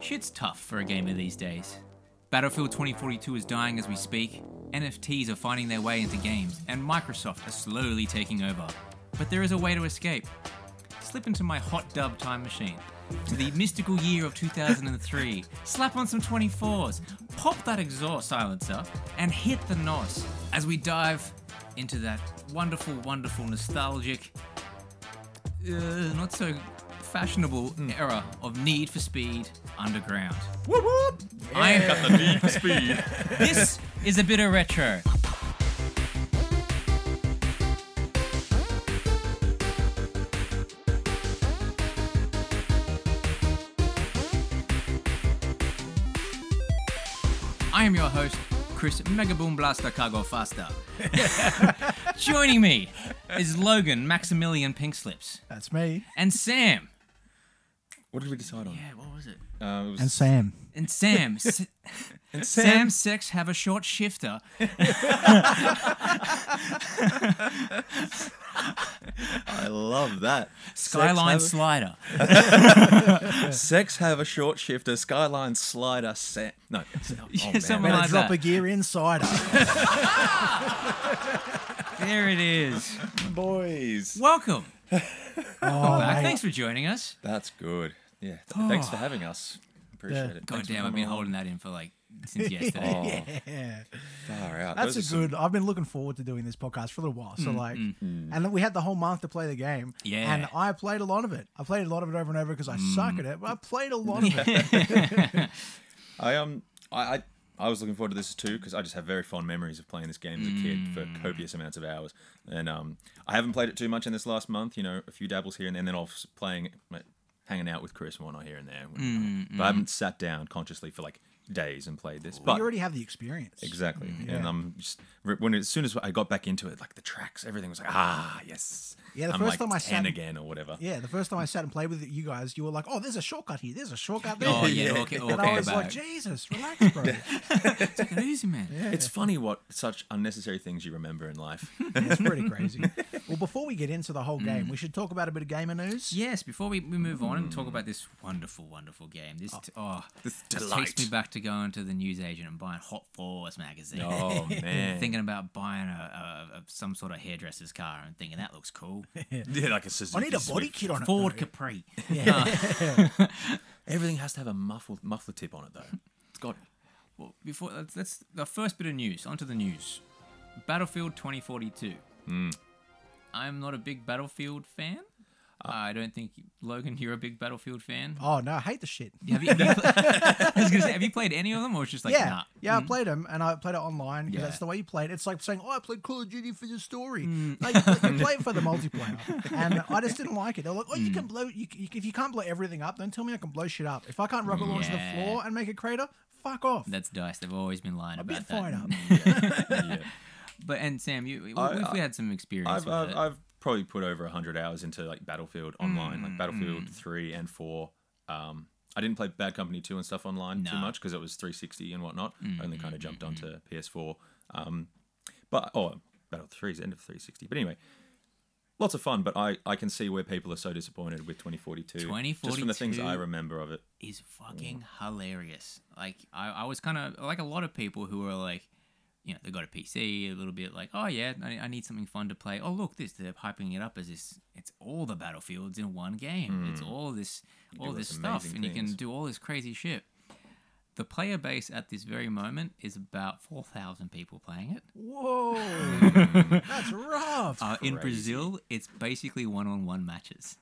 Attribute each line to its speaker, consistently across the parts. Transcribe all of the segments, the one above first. Speaker 1: Shit's tough for a gamer these days. Battlefield 2042 is dying as we speak, NFTs are finding their way into games, and Microsoft are slowly taking over. But there is a way to escape. Slip into my hot dub time machine to the mystical year of 2003, slap on some 24s, pop that exhaust silencer, and hit the NOS as we dive into that wonderful, wonderful, nostalgic, uh, not so fashionable era of Need for Speed Underground.
Speaker 2: Whoop, whoop.
Speaker 1: I am
Speaker 3: Got the need for speed.
Speaker 1: this is a bit of retro. I am your host, Chris Megaboom Blaster Cargo Faster. Joining me is Logan Maximilian Pinkslips
Speaker 2: That's me.
Speaker 1: and Sam.
Speaker 3: What did we decide on?
Speaker 1: Yeah, what was it?
Speaker 3: Um, it was,
Speaker 2: And Sam.
Speaker 1: And Sam. S-
Speaker 3: and
Speaker 1: Sam Six have a short shifter.
Speaker 3: I love that.
Speaker 1: Skyline
Speaker 3: Sex have,
Speaker 1: slider.
Speaker 3: a, sex have a short shifter. Skyline slider. Sam. No.
Speaker 1: Yeah,
Speaker 3: oh, man.
Speaker 1: something
Speaker 2: Better
Speaker 1: like
Speaker 2: drop
Speaker 1: that.
Speaker 2: a gear insider.
Speaker 1: There it is.
Speaker 3: Boys.
Speaker 1: Welcome.
Speaker 2: oh,
Speaker 1: back.
Speaker 2: mate.
Speaker 1: Thanks for joining us.
Speaker 3: That's good. Yeah. th- Thanks for having us. Appreciate
Speaker 2: Yeah.
Speaker 3: it.
Speaker 1: Oh. God
Speaker 3: Thanks for
Speaker 1: damn, I've
Speaker 3: coming
Speaker 1: been
Speaker 3: along.
Speaker 1: holding that in for like since yesterday.
Speaker 3: Oh,
Speaker 2: Yeah.
Speaker 3: far out.
Speaker 2: That's
Speaker 3: Those
Speaker 2: a
Speaker 3: are
Speaker 2: good. I've been looking forward to doing this podcast for a little while. So like, and then we had the whole month to play the game.
Speaker 1: Yeah.
Speaker 2: And I played a lot of it. I played a lot of it over and over because I suck at it. But I played a lot of it.
Speaker 3: Some, I um. I. I I was looking forward to this too because I just have very fond memories of playing this game as a kid
Speaker 2: Mm.
Speaker 3: for copious amounts of hours, and um, I haven't played it too much in this last month. You know, a few dabbles here and then, and then off s- playing, like, hanging out with Chris and whatnot here and there.
Speaker 2: Mm,
Speaker 3: But I haven't sat down consciously for like days and played this. But
Speaker 2: you already have the experience.
Speaker 3: Exactly. And
Speaker 2: yeah.
Speaker 3: I'm just re- when as soon as I got back into it, like the tracks, everything was like, ah, yes.
Speaker 2: Yeah, the
Speaker 3: I'm
Speaker 2: first
Speaker 3: like
Speaker 2: time I
Speaker 3: 10
Speaker 2: sat-
Speaker 3: again or whatever.
Speaker 2: Yeah, the first time I sat and played with you guys, you were like, "Oh, there's a shortcut here. There's a shortcut there."
Speaker 1: Oh, yeah, okay, okay,
Speaker 2: And I was
Speaker 1: back.
Speaker 2: like, "Jesus, relax, bro."
Speaker 1: Take it easy, man.
Speaker 3: It's funny what such unnecessary things you remember in life.
Speaker 2: It's pretty crazy. well, before we get into the whole game, we should talk about a bit of gamer news.
Speaker 1: Yes, before we, we move on and talk about this wonderful, wonderful game, this t- oh,
Speaker 3: This
Speaker 1: takes me
Speaker 3: delight.
Speaker 1: back to going to the newsagent and buying Hot Fours magazine.
Speaker 3: Oh man.
Speaker 1: Thinking about buying a, a, a some sort of hairdresser's car and thinking that looks cool.
Speaker 3: yeah, like a Suzuki
Speaker 2: I need a body
Speaker 3: Swift.
Speaker 2: kit on it.
Speaker 1: Ford
Speaker 2: though.
Speaker 1: Capri.
Speaker 3: Everything has to have a muffled muffler tip on it though. It's got
Speaker 1: Well, before that's, that's the first bit of news. Onto the news. Battlefield 2042.
Speaker 3: Hmm.
Speaker 1: I'm not a big Battlefield fan.
Speaker 3: Uh.
Speaker 1: I don't think Logan, you're a big Battlefield fan.
Speaker 2: Oh no, I hate the shit.
Speaker 1: Have you, have you pla- I was gonna say, have you played any of them, or it's just like,
Speaker 2: yeah,
Speaker 1: nah?
Speaker 2: yeah, I played them, and I played it online because
Speaker 1: Yeah. Hmm.
Speaker 2: that's the way you play it. It's like saying, "Oh, I played Call of Duty for the story." Like you play it for the multiplayer, and I just didn't like it. They're like, "Oh,
Speaker 1: Hmm.
Speaker 2: you can blow. You, you, if you can't blow everything up, then tell me I can blow shit up. If I can't rocket launch
Speaker 1: Yeah.
Speaker 2: the floor and make a crater, fuck off."
Speaker 1: That's Dice. They've always been lying
Speaker 2: a
Speaker 1: about
Speaker 2: bit
Speaker 1: that.
Speaker 2: fired up.
Speaker 3: yeah.
Speaker 1: But and Sam, you we,
Speaker 3: I-
Speaker 1: we've
Speaker 3: I-
Speaker 1: had some experience
Speaker 3: I've,
Speaker 1: with
Speaker 3: I've,
Speaker 1: it.
Speaker 3: I've probably put over 100 hours into like Battlefield online, like Battlefield 3 and 4. Um, I didn't play Bad Company 2 and stuff online too
Speaker 1: No.
Speaker 3: much because it was 360 and whatnot. I only kind of jumped onto PS4. Um, but, oh, Battle 3 is end of 360. But anyway, lots of fun, but I, I can see where people are so disappointed with 2042. Just from the things
Speaker 1: 2042.
Speaker 3: I remember of it.
Speaker 1: is
Speaker 3: Mm.
Speaker 1: fucking hilarious. Like I, I was kind of like a lot of people who are like, you know, they got a PC a little bit like, oh yeah, I, I need something fun to play. Oh look, this they're hyping it up as this. It's all the battlefields in one game. It's all this, all
Speaker 3: Mm. do
Speaker 1: this
Speaker 3: those
Speaker 1: stuff,
Speaker 3: amazing
Speaker 1: and you can
Speaker 3: things.
Speaker 1: do all this crazy shit. The player base at this very moment is about four thousand people playing it.
Speaker 2: Whoa, that's rough.
Speaker 1: Uh, in
Speaker 3: Crazy.
Speaker 1: Brazil, it's basically one-on-one matches.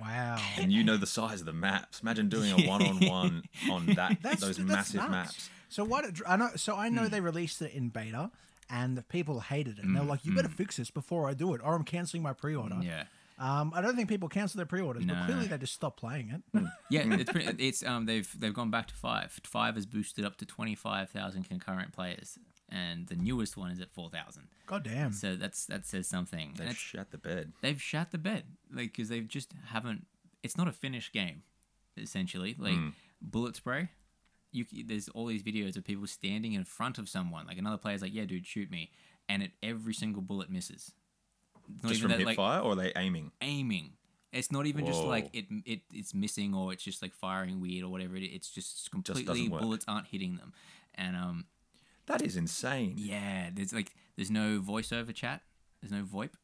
Speaker 2: wow,
Speaker 3: And you know the size of the maps. Imagine doing a one on one on that
Speaker 2: that's
Speaker 3: those
Speaker 2: that's
Speaker 3: massive
Speaker 2: nuts.
Speaker 3: maps.
Speaker 2: So what? it- I know. So I
Speaker 1: Hmm.
Speaker 2: know they released it in beta. And the people hated it. And they're like, "You better fix this before I do it, or I'm canceling my pre-order."
Speaker 1: Hmm. Yeah.
Speaker 2: Um, I don't think people cancel their pre-orders,
Speaker 1: No. Hmm.
Speaker 2: but clearly they just stopped playing it.
Speaker 1: Yeah,
Speaker 3: Hmm.
Speaker 1: it's pretty, it's um they've they've gone back to five. Five has boosted up to twenty five thousand concurrent players, and the newest one is at four thousand.
Speaker 2: God damn.
Speaker 1: So that's that says something. And
Speaker 3: Hmm. They've
Speaker 1: it's-
Speaker 3: shat the bed.
Speaker 1: they've shat the bed, like because they've just haven't. It's not a finished game, essentially. Like
Speaker 3: Hmm.
Speaker 1: bullet spray, you c- there's all these videos of people standing in front of someone. Like another player's like, "Yeah, dude, shoot me," and it every single bullet misses. It's not
Speaker 3: Just
Speaker 1: even
Speaker 3: from
Speaker 1: that,
Speaker 3: hip
Speaker 1: like,
Speaker 3: fire or are they aiming?
Speaker 1: aiming. It's not even just like
Speaker 3: Whoa.
Speaker 1: it, it it's missing or it's just like firing weird or whatever. It, it's just
Speaker 3: doesn't
Speaker 1: completely
Speaker 3: work.
Speaker 1: bullets aren't hitting them, and um
Speaker 3: That is insane.
Speaker 1: yeah, there's like there's no voiceover chat, there's no VoIP,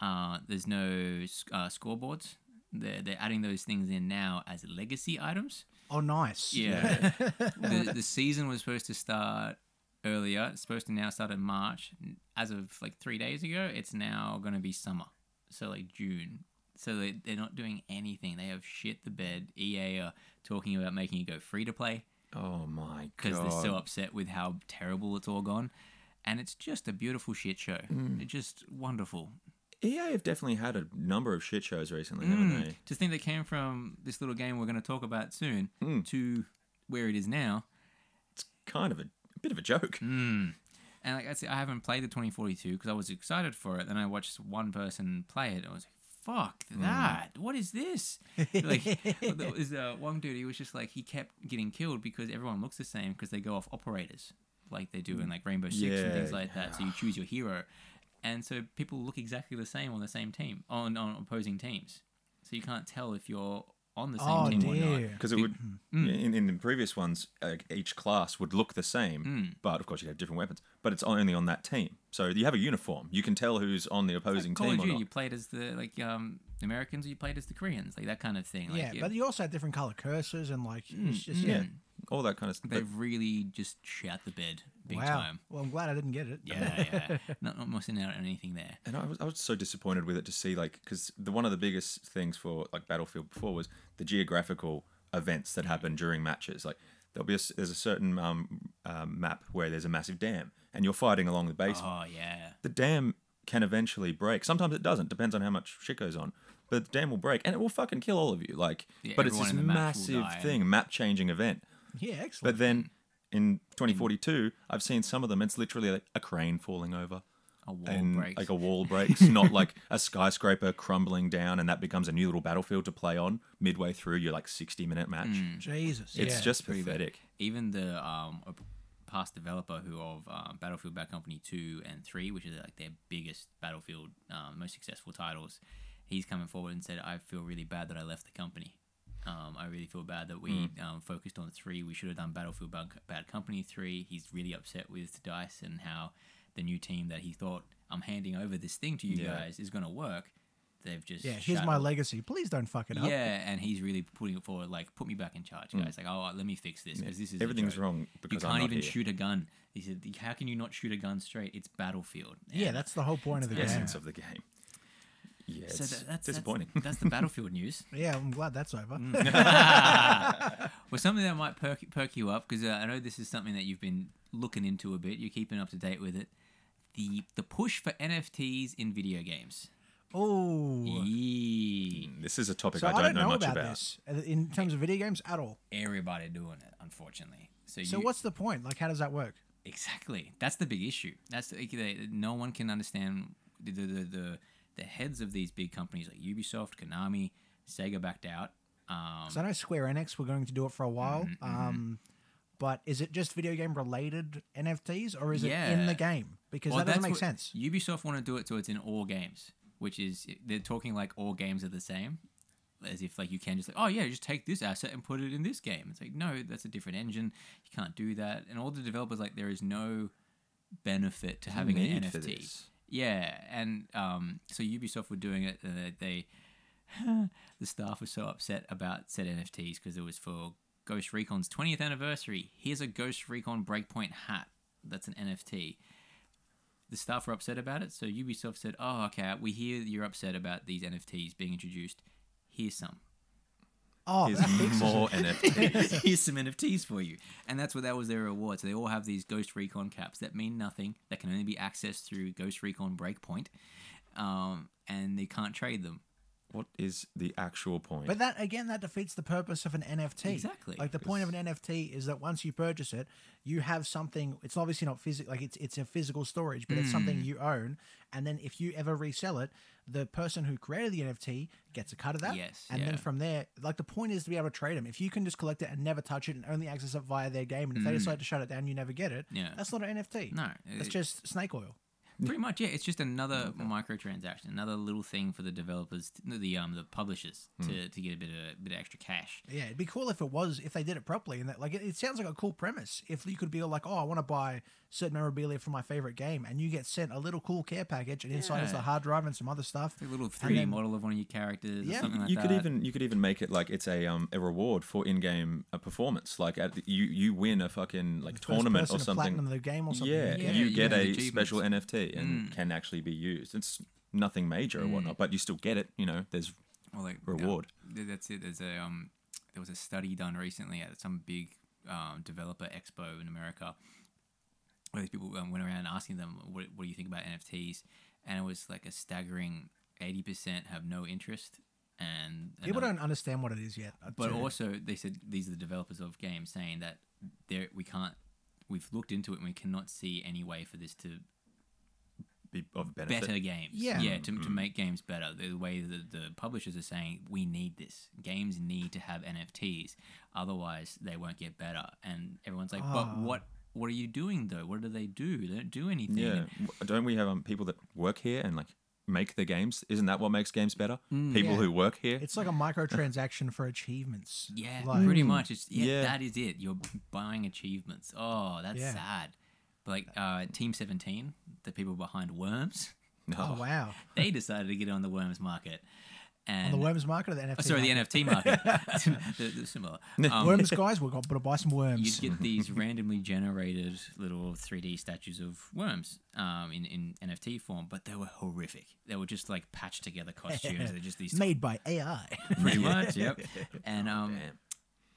Speaker 1: uh, there's no sc- uh, scoreboards. They're they're adding those things in now as legacy items.
Speaker 2: Oh, nice.
Speaker 1: Yeah. the, the season was supposed to start earlier. It's supposed to now start in March. As of like three days ago, it's now going to be summer. So like June. So they, they're not doing anything. They have shit the bed. EA are talking about making it go free to play
Speaker 3: Oh my god.
Speaker 1: because they're so upset with how terrible it's all gone. And it's just a beautiful shit show. It's just wonderful.
Speaker 3: EA have definitely had E a number of shit shows recently, haven't they?
Speaker 1: To think that came from this little game we're going to talk about soon to where it is now.
Speaker 3: Kind of a, a bit of a joke.
Speaker 1: Mm. And like I said, I haven't played the 2042 because I was excited for it. Then I watched one person play it. And I was like, fuck
Speaker 2: Mm.
Speaker 1: that. What is this? like, there was uh, one dude, he was just like, he kept getting killed because everyone looks the same because they go off operators like they
Speaker 2: Mm.
Speaker 1: do in like Rainbow Six and
Speaker 3: Yeah,
Speaker 1: things like that. So you choose your hero. And so people look exactly the same on the same team, on, on opposing teams. So you can't tell if you're on the same
Speaker 2: Oh,
Speaker 1: team or not.
Speaker 2: dear.
Speaker 3: Because it would,
Speaker 1: mm.
Speaker 3: in, in the previous ones, uh, each class would look the same,
Speaker 1: Mm.
Speaker 3: but of course you have different weapons. But it's only on that team, so you have a uniform. You can tell who's on the opposing
Speaker 1: Call
Speaker 3: team
Speaker 1: of
Speaker 3: or
Speaker 1: Duty,
Speaker 3: not.
Speaker 1: you played as the like um, Americans, or you played as the Koreans, like that kind of thing. Like,
Speaker 2: Yeah,
Speaker 1: it- Hmm,
Speaker 2: but you also had different color cursors and like it's just
Speaker 3: yeah,
Speaker 2: yeah.
Speaker 3: all that kind of stuff.
Speaker 1: They've really just shat the bed big
Speaker 2: Wow.
Speaker 1: time.
Speaker 2: Well, I'm glad I didn't get it.
Speaker 1: Yeah, yeah. not not missing out on anything there.
Speaker 3: And I was, I was so disappointed with it to see like because the one of the biggest things for like Battlefield before was the geographical events that happen during matches. Like there'll be a, s- there's a certain um, um, map where there's a massive dam and you're fighting along the base.
Speaker 1: Oh yeah.
Speaker 3: The dam can eventually break. Sometimes it doesn't. Depends on how much shit goes on. But the dam will break and it will fucking kill all of you. Like,
Speaker 1: Yeah,
Speaker 3: but it's
Speaker 1: everyone
Speaker 3: this
Speaker 1: in the match will
Speaker 3: massive
Speaker 1: die. Mm.
Speaker 3: thing, map changing event.
Speaker 2: Yeah,
Speaker 3: But
Speaker 2: excellent.
Speaker 3: then in 2042, I've seen some of them. It's literally like a crane falling over
Speaker 1: A wall
Speaker 3: and
Speaker 1: breaks.
Speaker 3: like a wall breaks, not like a skyscraper crumbling down, and that becomes a new little battlefield to play on midway through your like sixty minute match.
Speaker 2: Jesus.
Speaker 3: It's
Speaker 2: Mm. yeah.
Speaker 3: just pathetic.
Speaker 1: Even the um op- past developer who of um, Battlefield Bad Company two and three, which is like their biggest Battlefield, um, most successful titles, he's coming forward and said, "I feel really bad that I left the company." Um, I really feel bad that we
Speaker 2: Mm.
Speaker 1: um, focused on three. We should have done Battlefield Bad, Bad Company three. He's really upset with Dice and how the new team that he thought I'm handing over this thing to you
Speaker 3: Yeah.
Speaker 1: guys is going to work. They've just
Speaker 2: yeah, here's
Speaker 1: shat
Speaker 2: my
Speaker 1: all
Speaker 2: legacy. Please don't fuck it up. Mm.
Speaker 1: yeah, and he's really putting it forward, like, put me back in charge, guys. Like, oh, let me fix this because this is a
Speaker 3: Everything's
Speaker 1: joke.
Speaker 3: wrong because
Speaker 1: you
Speaker 3: I'm
Speaker 1: can't
Speaker 3: not
Speaker 1: even
Speaker 3: here.
Speaker 1: shoot a gun. He said, "How can you not shoot a gun straight? It's Battlefield."
Speaker 2: Yeah,
Speaker 1: And
Speaker 2: that's the whole point of the
Speaker 3: The
Speaker 2: game.
Speaker 3: essence of the game. Yeah, it's
Speaker 1: so that- that's
Speaker 3: disappointing.
Speaker 1: That's, that's the Battlefield news.
Speaker 2: Yeah, I'm glad that's over.
Speaker 1: Hmm. Well, something that might perk, perk you up because uh, I know this is something that you've been looking into a bit. You're keeping up to date with it. The the push for NFTs in video games.
Speaker 2: oh.
Speaker 1: Yee.
Speaker 3: this is a topic
Speaker 2: So
Speaker 3: I, don't know, much
Speaker 2: about,
Speaker 3: about.
Speaker 2: this uh, in terms of video games at all.
Speaker 1: Everybody doing it, unfortunately. So,
Speaker 2: So
Speaker 1: you,
Speaker 2: what's the point? Like, how does that work?
Speaker 1: Exactly. That's the big issue. That's the, the- no one can understand the the, the the the heads of these big companies like Ubisoft, Konami, Sega backed out. Um,
Speaker 2: So I know Square Enix were going to do it for a while.
Speaker 1: Mm-hmm,
Speaker 2: Um, but is it just video game related NFTs or is it in
Speaker 1: Yeah.
Speaker 2: the game? Because
Speaker 1: well,
Speaker 2: that doesn't
Speaker 1: that's
Speaker 2: make
Speaker 1: what-
Speaker 2: sense.
Speaker 1: Ubisoft want to do it so it's in all games, which is they're talking like all games are the same, as if like you can just like oh yeah, just take this asset and put it in this game. It's like no, that's a different engine. You can't do that. And all the developers like there is no benefit to having an
Speaker 3: need
Speaker 1: NFT.
Speaker 3: for this.
Speaker 1: Yeah, and um, so Ubisoft were doing it. Uh, they the staff were so upset about said NFTs because it was for Ghost Recon's 20th anniversary. Here's a Ghost Recon Breakpoint hat. That's an NFT. The staff were upset about it, so Ubisoft said, "Oh, okay, we hear that you're upset about these NFTs being introduced. Here's some.
Speaker 2: Oh, that
Speaker 3: Is
Speaker 2: fixes it.
Speaker 3: more NFT.
Speaker 1: Here's some NFTs for you." And that's what that was their reward. So they all have these Ghost Recon caps that mean nothing, that can only be accessed through Ghost Recon Breakpoint, um, and they can't trade them.
Speaker 3: What is the actual point?
Speaker 2: But that again, that defeats the purpose of an NFT.
Speaker 1: Exactly.
Speaker 2: Like the point of an NFT is that once you purchase it, you have something. It's obviously not physical. Like it's it's a physical storage, but it's something
Speaker 1: Mm.
Speaker 2: you own. And then if you ever resell it, the person who created the NFT gets a cut of that.
Speaker 1: Yes,
Speaker 2: And then
Speaker 1: yeah.
Speaker 2: from there, like the point is to be able to trade them. If you can just collect it and never touch it and only access it via their game, and if they decide to shut it down, you never get it.
Speaker 1: Mm. Yeah.
Speaker 2: That's not an NFT.
Speaker 1: No,
Speaker 2: That's
Speaker 1: it-
Speaker 2: just snake oil.
Speaker 1: Pretty much, yeah. It's just another microtransaction, another little thing for the developers, no, the um, the publishers
Speaker 2: Hmm.
Speaker 1: to, to get a bit of bit of extra cash.
Speaker 2: Yeah, it'd be cool if it was if they did it properly and that like it, it sounds like a cool premise. If you could be like, oh, I want to buy certain memorabilia for my favorite game, and you get sent a little cool care package, and inside is
Speaker 1: Yeah.
Speaker 2: a hard drive and some other stuff.
Speaker 1: A little
Speaker 2: And
Speaker 1: three D
Speaker 2: then-
Speaker 1: model of one of your characters,
Speaker 2: Yeah,
Speaker 1: or something like
Speaker 3: you
Speaker 1: that.
Speaker 3: could even you could even make it like it's a um a reward for in-game uh performance. Like at the, you you win a fucking like
Speaker 2: First
Speaker 3: tournament
Speaker 2: person
Speaker 3: or
Speaker 2: to
Speaker 3: something.
Speaker 2: platinum the game or something.
Speaker 3: yeah,
Speaker 1: Yeah,
Speaker 3: you
Speaker 1: you
Speaker 3: get
Speaker 1: get
Speaker 3: a
Speaker 1: achievements. Mm.
Speaker 3: special NFT and can actually be used. It's nothing major or whatnot, but you still get it. You know, there's
Speaker 1: or like
Speaker 3: reward.
Speaker 1: that- that's it. There's a um, there was a study done recently at some big um, developer expo in America where these people um, went around asking them, what, "What do you think about NFTs?" And it was like a staggering eighty percent have no interest, and
Speaker 2: People
Speaker 1: another-
Speaker 2: don't understand what it is yet. I'd
Speaker 1: But
Speaker 2: say.
Speaker 1: also, they said these are the developers of games saying that there we can't. We've looked into it and we cannot see any way for this to
Speaker 3: be of benefit.
Speaker 1: better games.
Speaker 2: Yeah.
Speaker 1: yeah, to, to make games better. The way that the publishers are saying we need this. Games need to have NFTs, otherwise they won't get better. And everyone's like,
Speaker 2: Ah.
Speaker 1: but what? What are you doing though? What do they do? They don't do anything.
Speaker 3: Yeah, W- don't we have um, people that work here and like make the games? Isn't that what makes games better?
Speaker 1: Mm.
Speaker 3: people
Speaker 2: Yeah.
Speaker 3: who work here.
Speaker 2: it's like a microtransaction for achievements.
Speaker 1: Yeah,
Speaker 2: like, hmm.
Speaker 1: pretty much. It's yeah,
Speaker 3: Yeah.
Speaker 1: that is it. You're buying achievements. Oh, that's
Speaker 2: Yeah.
Speaker 1: sad. But like uh, Team Seventeen, the people behind Worms,
Speaker 3: no,
Speaker 2: oh wow,
Speaker 1: they decided to get on the Worms market.
Speaker 2: on
Speaker 1: And
Speaker 2: the worms market or the NFT?
Speaker 1: oh, sorry, the
Speaker 2: market?
Speaker 1: NFT market. they're, they're similar. Um,
Speaker 2: worms guys. We've got to buy some worms.
Speaker 1: you'd get these randomly generated little 3D statues of worms um, in, in NFT form, but they were horrific. They were just like patched together costumes. They're just these
Speaker 2: Made by AI.
Speaker 1: pretty much, yep. And um,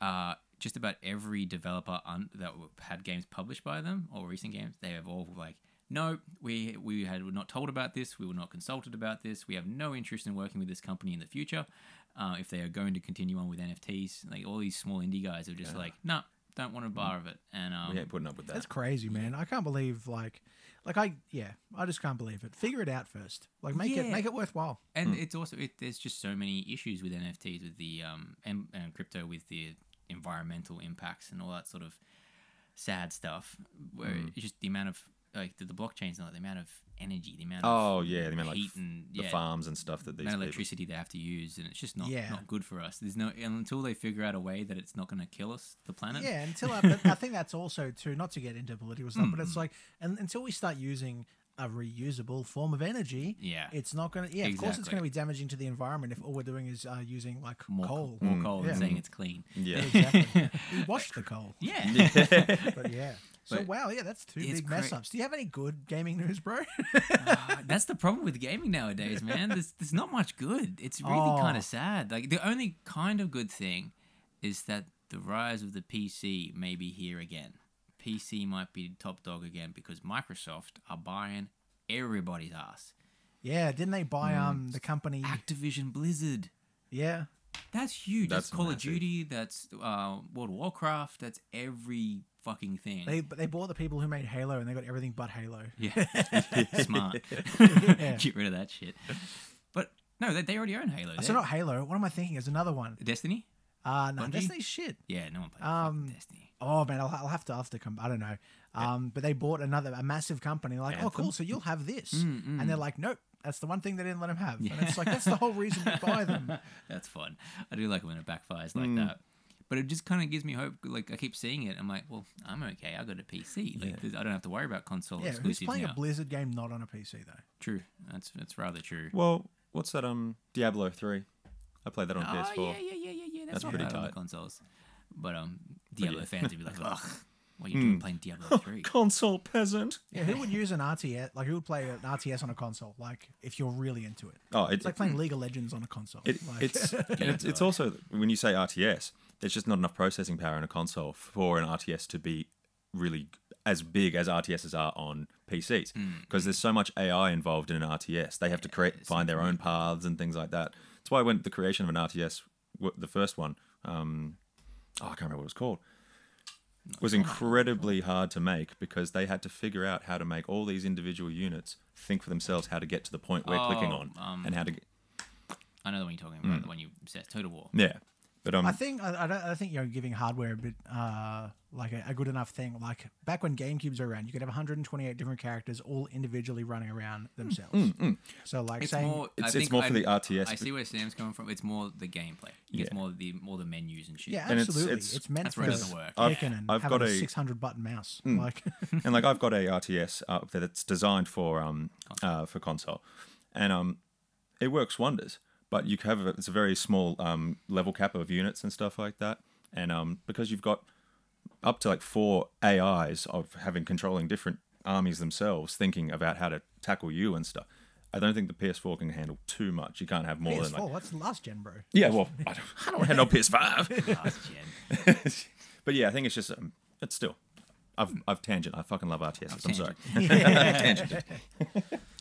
Speaker 3: Damn.
Speaker 1: uh, just about every developer un- that w- had games published by them or recent games, they have all like, no, we we had were not told about this. We were not consulted about this. We have no interest in working with this company in the future. Uh, if they are going to continue on with NFTs, like all these small indie guys are just like, no, don't want a bar of it. And um,
Speaker 3: we ain't putting up with that.
Speaker 2: That's crazy, man. I can't believe like, like I yeah, I just can't believe it. Figure it out first. Like make it
Speaker 1: Yeah.
Speaker 2: make it worthwhile.
Speaker 1: and it's also it, there's just so many issues with NFTs with the um and, and crypto with the environmental impacts and all that sort of sad stuff where
Speaker 2: Hmm.
Speaker 1: it's just the amount of like the, the blockchain's not the amount of energy the amount
Speaker 3: Oh
Speaker 1: of
Speaker 3: yeah, the amount like
Speaker 1: heat
Speaker 3: f-
Speaker 1: and
Speaker 3: the
Speaker 1: yeah,
Speaker 3: farms and stuff that these
Speaker 1: amount of
Speaker 3: people.
Speaker 1: electricity they have to use and it's just not
Speaker 2: Yeah.
Speaker 1: not good for us there's no and until they figure out a way that it's not going to kill us the planet
Speaker 2: Yeah, until I, but I think that's also too not to get into political stuff, but it's
Speaker 1: Hmm.
Speaker 2: like and until we start using a reusable form of energy,
Speaker 1: Yeah.
Speaker 2: it's not gonna. Yeah, of course it's
Speaker 1: Exactly.
Speaker 2: gonna be damaging to the environment if all we're doing is uh, using like
Speaker 1: more
Speaker 2: coal.
Speaker 1: coal,
Speaker 2: Hmm.
Speaker 1: Mm. more coal
Speaker 2: Yeah.
Speaker 1: and saying it's clean
Speaker 3: Yeah.
Speaker 2: Exactly. we wash the coal,
Speaker 1: yeah,
Speaker 2: but yeah. So
Speaker 1: But
Speaker 2: wow, yeah, that's two
Speaker 1: it's
Speaker 2: big mess
Speaker 1: cra-
Speaker 2: ups. Do you have any good gaming news, bro?
Speaker 1: Uh, that's the problem with gaming nowadays, man. There's, there's not much good. It's really
Speaker 2: Oh.
Speaker 1: kind of sad. Like the only kind of good thing is that the rise of the PC may be here again. PC might be top dog again because Microsoft are buying everybody's ass.
Speaker 2: yeah, didn't they buy um the company?
Speaker 1: Activision Blizzard.
Speaker 2: Yeah,
Speaker 1: That's huge. That's,
Speaker 3: That's
Speaker 1: Call
Speaker 3: massive.
Speaker 1: of Duty. That's uh, World of Warcraft. That's every fucking thing.
Speaker 2: they but they bought the people who made Halo, and they got everything but Halo.
Speaker 1: Yeah, smart. Get rid of that shit. But no, they, they already own Halo.
Speaker 2: So
Speaker 1: They're-
Speaker 2: not Halo. What am I thinking? It's another one.
Speaker 1: Destiny.
Speaker 2: Uh no,
Speaker 1: Bungie?
Speaker 2: Destiny's shit.
Speaker 1: Yeah, no one played
Speaker 2: Um,
Speaker 1: fucking Destiny.
Speaker 2: Oh man, I'll, I'll have to after come. I don't know. Um, but they bought another a massive company. They're like, oh cool, so you'll have this, and they're like, nope, that's the one thing they didn't let them have. And it's like that's the whole reason we buy them.
Speaker 1: That's fun. I do like when it backfires
Speaker 2: Hmm.
Speaker 1: like that. But it just kind of gives me hope. Like I keep seeing it, I'm like, well, I'm okay. I got a PC. Like there's I don't have to worry about console
Speaker 2: Yeah, who's
Speaker 1: exclusives
Speaker 2: playing
Speaker 1: now.
Speaker 2: a Blizzard game not on a PC though?
Speaker 1: true. That's that's rather true.
Speaker 3: Well, what's that? Um, Diablo three. I played that on
Speaker 1: Oh
Speaker 3: PS4.
Speaker 1: yeah, yeah, yeah, yeah, yeah. That's,
Speaker 3: That's
Speaker 1: not
Speaker 3: pretty
Speaker 1: bad on the
Speaker 3: tight.
Speaker 1: consoles. But um, Diablo fans would be like, ugh, what are you
Speaker 2: Hmm.
Speaker 1: doing playing
Speaker 2: Oh,
Speaker 1: Diablo three?
Speaker 3: Console peasant.
Speaker 2: Yeah, who would use an RTS? Like who would play an RTS on a console? Like if you're really into it,
Speaker 3: Oh, it,
Speaker 2: it's like playing League of Legends on a console.
Speaker 3: It,
Speaker 2: like,
Speaker 3: it's and it's, it's also when you say RTS, there's just not enough processing power in a console for an RTS to be really as big as RTSs are on PCs
Speaker 1: Hmm.
Speaker 3: because there's so much AI involved in an RTS. They have to create, find their own paths and things like that. That's why when the creation of an RTS, w- the first one, um, oh, I can't remember what it was called, was incredibly hard to make because they had to figure out how to make all these individual units think for themselves how to get to the point we're clicking
Speaker 1: Oh,
Speaker 3: on
Speaker 1: um,
Speaker 3: and how to get
Speaker 2: Hmm.
Speaker 1: I know the one you're talking about, the one you said, Total War.
Speaker 3: yeah. But um,
Speaker 2: I think I, I, don't, I think you know giving hardware a bit uh, like a, a good enough thing. Like back when GameCubes were around, you could have 128 different characters all individually running around themselves.
Speaker 3: Mm,
Speaker 2: So like
Speaker 1: It's
Speaker 2: saying
Speaker 1: more. I
Speaker 3: It's- it's
Speaker 1: think
Speaker 3: more for
Speaker 1: I-
Speaker 3: the RTS,
Speaker 1: I
Speaker 3: but-
Speaker 1: see where Sam's coming from. It's more the gameplay. It's
Speaker 3: Yeah.
Speaker 1: more the more the menus and shit.
Speaker 2: yeah,
Speaker 3: and it's-
Speaker 2: absolutely, it's,
Speaker 3: it's-
Speaker 2: meant
Speaker 1: That's
Speaker 2: for
Speaker 1: where it doesn't work.
Speaker 3: I've-
Speaker 2: kicking and
Speaker 3: I've
Speaker 2: having
Speaker 3: got
Speaker 2: a
Speaker 3: a- Mm,
Speaker 2: 600 button mouse. Like
Speaker 3: and like I've got a RTS up there that's designed for um uh, for console, and um, it works wonders. But you have a, it's a very small um level cap of units and stuff like that, and um because you've got up to like four AIs of having controlling different armies themselves, thinking about how to tackle you and stuff. I don't think the PS4 can handle too much. You can't have more than like
Speaker 2: PS4, that's the last gen, bro.
Speaker 3: yeah. Well, I don't, I don't handle PS5.
Speaker 1: Last gen.
Speaker 3: but yeah, I think it's just um, it's still. I've I've tangent. I fucking love RTS. I'm sorry. tangent.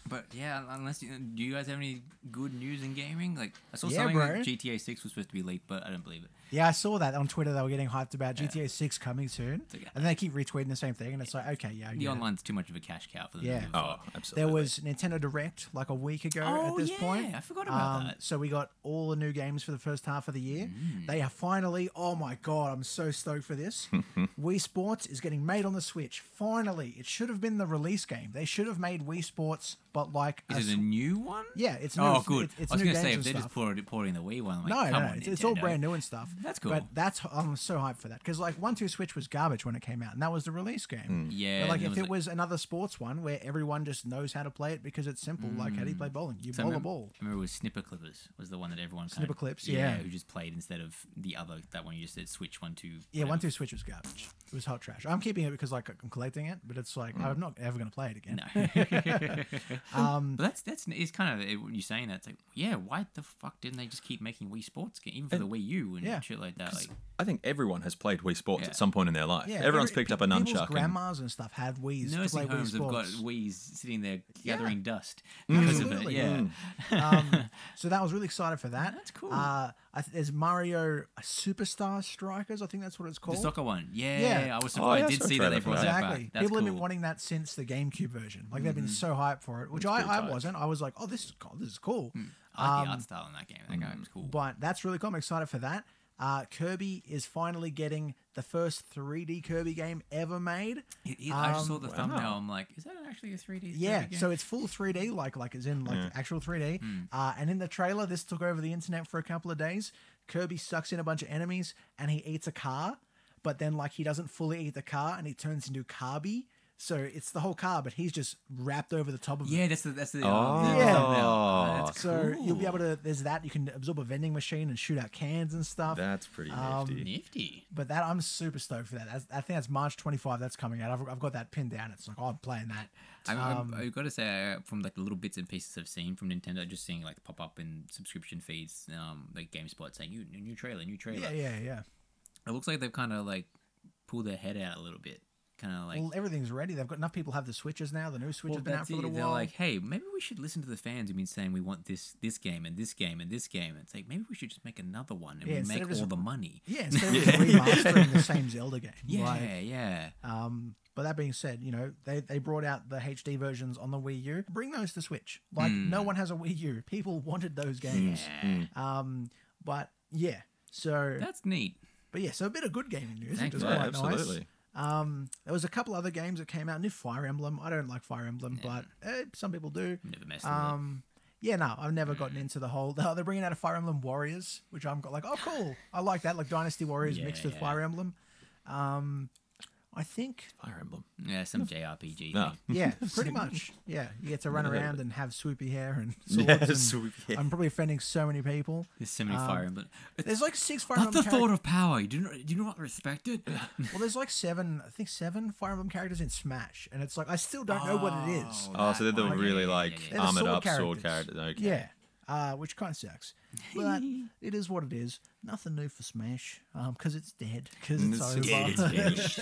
Speaker 1: But yeah, unless you, do you guys have any good news in gaming? Like I saw
Speaker 2: Yeah,
Speaker 1: something
Speaker 2: bro.
Speaker 1: that GTA Six was supposed to be leaked, but I don't believe it.
Speaker 2: Yeah, I saw that on Twitter. They were getting hyped about GTA 6 coming soon,
Speaker 1: okay.
Speaker 2: and they keep retweeting the same thing. And it's like, okay, yeah, I
Speaker 1: The
Speaker 2: get it.
Speaker 1: online's too much of a cash cow for them. to
Speaker 2: Yeah.
Speaker 1: give a
Speaker 3: Oh,
Speaker 1: fuck.
Speaker 3: absolutely.
Speaker 2: There was Nintendo Direct like a week ago
Speaker 1: Oh,
Speaker 2: at this
Speaker 1: yeah,
Speaker 2: point.
Speaker 1: I forgot about that.
Speaker 2: Um,
Speaker 1: Mm.
Speaker 2: So we got all the new games for the first half of the year. They are finally. Oh my god, I'm so stoked for this. Wii Sports is getting made on the Switch. Finally, it should have been the release game. They should have made Wii Sports, but like a
Speaker 1: Is it a
Speaker 2: s-
Speaker 1: new one?
Speaker 2: yeah, it's new.
Speaker 1: Oh,
Speaker 2: it's-
Speaker 1: good.
Speaker 2: It's, it's
Speaker 1: I was
Speaker 2: new
Speaker 1: gonna say
Speaker 2: games
Speaker 1: if they're
Speaker 2: and
Speaker 1: just
Speaker 2: stuff.
Speaker 1: pouring, pouring the Wii one, I'm like,
Speaker 2: No,
Speaker 1: come
Speaker 2: no, no.
Speaker 1: on,
Speaker 2: It's, it's all
Speaker 1: Nintendo.
Speaker 2: brand new and stuff.
Speaker 1: That's cool.
Speaker 2: But that's I'm so hyped for that because like One Two Switch was garbage when it came out, and that was the release
Speaker 1: Mm.
Speaker 2: game.
Speaker 1: Yeah,
Speaker 2: But like
Speaker 1: and there was
Speaker 2: if it
Speaker 1: like-
Speaker 2: was another sports one where everyone just knows how to play it because it's simple. Like how do you play bowling? You
Speaker 1: Mm. So I
Speaker 2: bowl a
Speaker 1: remem-
Speaker 2: ball.
Speaker 1: I remember it was Snipper Clippers was the one that everyone
Speaker 2: Snipper
Speaker 1: of,
Speaker 2: Clips, yeah.
Speaker 1: who just played instead of the other that one you just said Switch one two.
Speaker 2: Yeah,
Speaker 1: whatever.
Speaker 2: One Two Switch was garbage. It was hot trash. I'm keeping it because like I'm collecting it, but it's like I'm not ever gonna play it again.
Speaker 1: No.
Speaker 2: Um,
Speaker 1: but that's that's it's kind of it, when you're saying that. It's like, yeah, why the fuck didn't they just keep making Wii Sports games, even for the Wii U and
Speaker 2: yeah,
Speaker 1: shit like that? Like,
Speaker 3: I think everyone has played Wii Sports
Speaker 1: Yeah.
Speaker 3: at some point in their life.
Speaker 2: Yeah,
Speaker 3: Everyone's
Speaker 2: every-
Speaker 3: picked up a
Speaker 2: pe- people's
Speaker 3: nunchuck. and-
Speaker 2: Grandmas and stuff had Wii's to play
Speaker 1: nursing
Speaker 2: Wii
Speaker 1: homes have got
Speaker 2: Sports. Mm.
Speaker 1: Wii's sitting there gathering dust because of it.
Speaker 2: Absolutely.
Speaker 1: Yeah,
Speaker 2: um, so that was really excited for that.
Speaker 1: That's cool.
Speaker 2: Uh, I th- there's Mario Superstar Strikers. I think that's what it's
Speaker 1: the
Speaker 2: called.
Speaker 1: soccer one. Yeah,
Speaker 2: Yeah.
Speaker 1: I was
Speaker 3: Oh,
Speaker 1: surprised.
Speaker 3: yeah,
Speaker 1: I
Speaker 3: I
Speaker 1: did
Speaker 3: saw a
Speaker 1: see that
Speaker 3: trailer
Speaker 1: they
Speaker 3: for
Speaker 1: brought
Speaker 3: that.
Speaker 1: that
Speaker 2: Exactly.
Speaker 1: back. That's
Speaker 2: People
Speaker 1: cool.
Speaker 2: have been wanting that since the GameCube version. Like they've been so hyped for it, which I,
Speaker 3: pretty
Speaker 2: I
Speaker 3: tight.
Speaker 2: wasn't. I was like, oh, this is cool. This is cool.
Speaker 1: I like the art style in that game. That game was cool.
Speaker 2: um, Mm. But that's really cool. I'm excited for that. Uh, Kirby is finally getting the first 3D Kirby game ever made.
Speaker 1: It- it- I just saw
Speaker 2: Um,
Speaker 1: the thumbnail. I'm like, is that actually a 3D?
Speaker 2: Yeah,
Speaker 1: game?
Speaker 2: so it's full 3D, like like it's in like actual 3D.
Speaker 1: Hmm.
Speaker 2: Uh, and in the trailer, this took over the internet for a couple of days. Kirby sucks in a bunch of enemies and he eats a car, but then like he doesn't fully eat the car and he turns into Carby. So it's the whole car, but he's just wrapped over the top of it.
Speaker 1: yeah, that's the that's the,
Speaker 3: Oh.
Speaker 1: uh, the
Speaker 2: Yeah.
Speaker 1: thumbnail. Uh, that's
Speaker 2: So
Speaker 1: cool.
Speaker 2: you'll be able to. There's that you can absorb a vending machine and shoot out cans and stuff.
Speaker 3: That's pretty nifty.
Speaker 1: nifty.
Speaker 2: but that I'm super stoked for that. That's, I think that's March 25. That's coming out. I've, I've got that pinned down. It's like oh, I'm playing that.
Speaker 1: I'm,
Speaker 2: Um,
Speaker 1: I'm- I've got to say, uh, from like the little bits and pieces I've seen from Nintendo, just seeing like pop up in subscription feeds, um, like GameSpot saying new new trailer, new trailer.
Speaker 2: Yeah, yeah, yeah.
Speaker 1: It looks like they've kind of like pulled their head out a little bit, kind of like.
Speaker 2: Well, everything's ready. They've got enough people have the switches now. The new switch
Speaker 1: Well,
Speaker 2: has been out
Speaker 1: that's
Speaker 2: for
Speaker 1: it.
Speaker 2: a little
Speaker 1: They're
Speaker 2: while.
Speaker 1: like, hey, maybe we should listen to the fans who've been saying we want this this game and this game and this game. It's like maybe we should just make another one and
Speaker 2: Yeah,
Speaker 1: we
Speaker 2: instead
Speaker 1: make
Speaker 2: of just-
Speaker 1: all the money.
Speaker 2: yeah, instead of just remastering the same Zelda game.
Speaker 1: Yeah,
Speaker 2: Like,
Speaker 1: yeah.
Speaker 2: um, but that being said, you know they, they brought out the HD versions on the Wii U. Bring those to Switch. Like
Speaker 1: Hmm.
Speaker 2: no one has a Wii U. People wanted those games. Um, but yeah. So,
Speaker 1: That's neat.
Speaker 2: but yeah, so a bit of good gaming news, which
Speaker 1: Thanks,
Speaker 2: is
Speaker 1: man.
Speaker 2: quite
Speaker 3: Yeah,
Speaker 2: nice.
Speaker 3: absolutely.
Speaker 2: Um, there was a couple other games that came out. New Fire Emblem. I don't like Fire Emblem, but eh, some people do.
Speaker 1: Never messed with it.
Speaker 2: Um, yeah, no, I've never gotten into the whole. They're bringing out a Fire Emblem Warriors, which I'm like, oh, cool. I like that, like Dynasty Warriors mixed with
Speaker 1: Yeah.
Speaker 2: Fire Emblem. Um, I think,
Speaker 3: Fire Emblem.
Speaker 1: Yeah, some JRPG.
Speaker 3: No.
Speaker 1: thing.
Speaker 2: yeah, pretty much. Yeah, you get to run
Speaker 3: Never heard of
Speaker 2: around and have swoopy hair and swords.
Speaker 3: Yeah,
Speaker 2: and
Speaker 3: swoopy hair.
Speaker 2: I'm probably offending so many people.
Speaker 1: There's so
Speaker 2: Um,
Speaker 1: many fire emblem. It's
Speaker 2: There's like six Fire
Speaker 1: not
Speaker 2: Emblem.
Speaker 1: the thought
Speaker 2: characters.
Speaker 1: of power. You do not, do you not respect it.
Speaker 2: well, there's like seven. I think seven Fire Emblem characters in Smash, and it's like I still don't know what it is.
Speaker 3: Oh, so they're the
Speaker 1: that one.
Speaker 3: really
Speaker 1: Yeah, yeah,
Speaker 3: like
Speaker 1: yeah, yeah.
Speaker 2: They're the
Speaker 3: armored
Speaker 2: sword
Speaker 3: up sword
Speaker 2: characters.
Speaker 3: characters. Okay.
Speaker 2: Yeah. Uh, which kind of sucks, but it is what it is. Nothing new for Smash, um, because it's dead. Because it's, over.
Speaker 3: finished.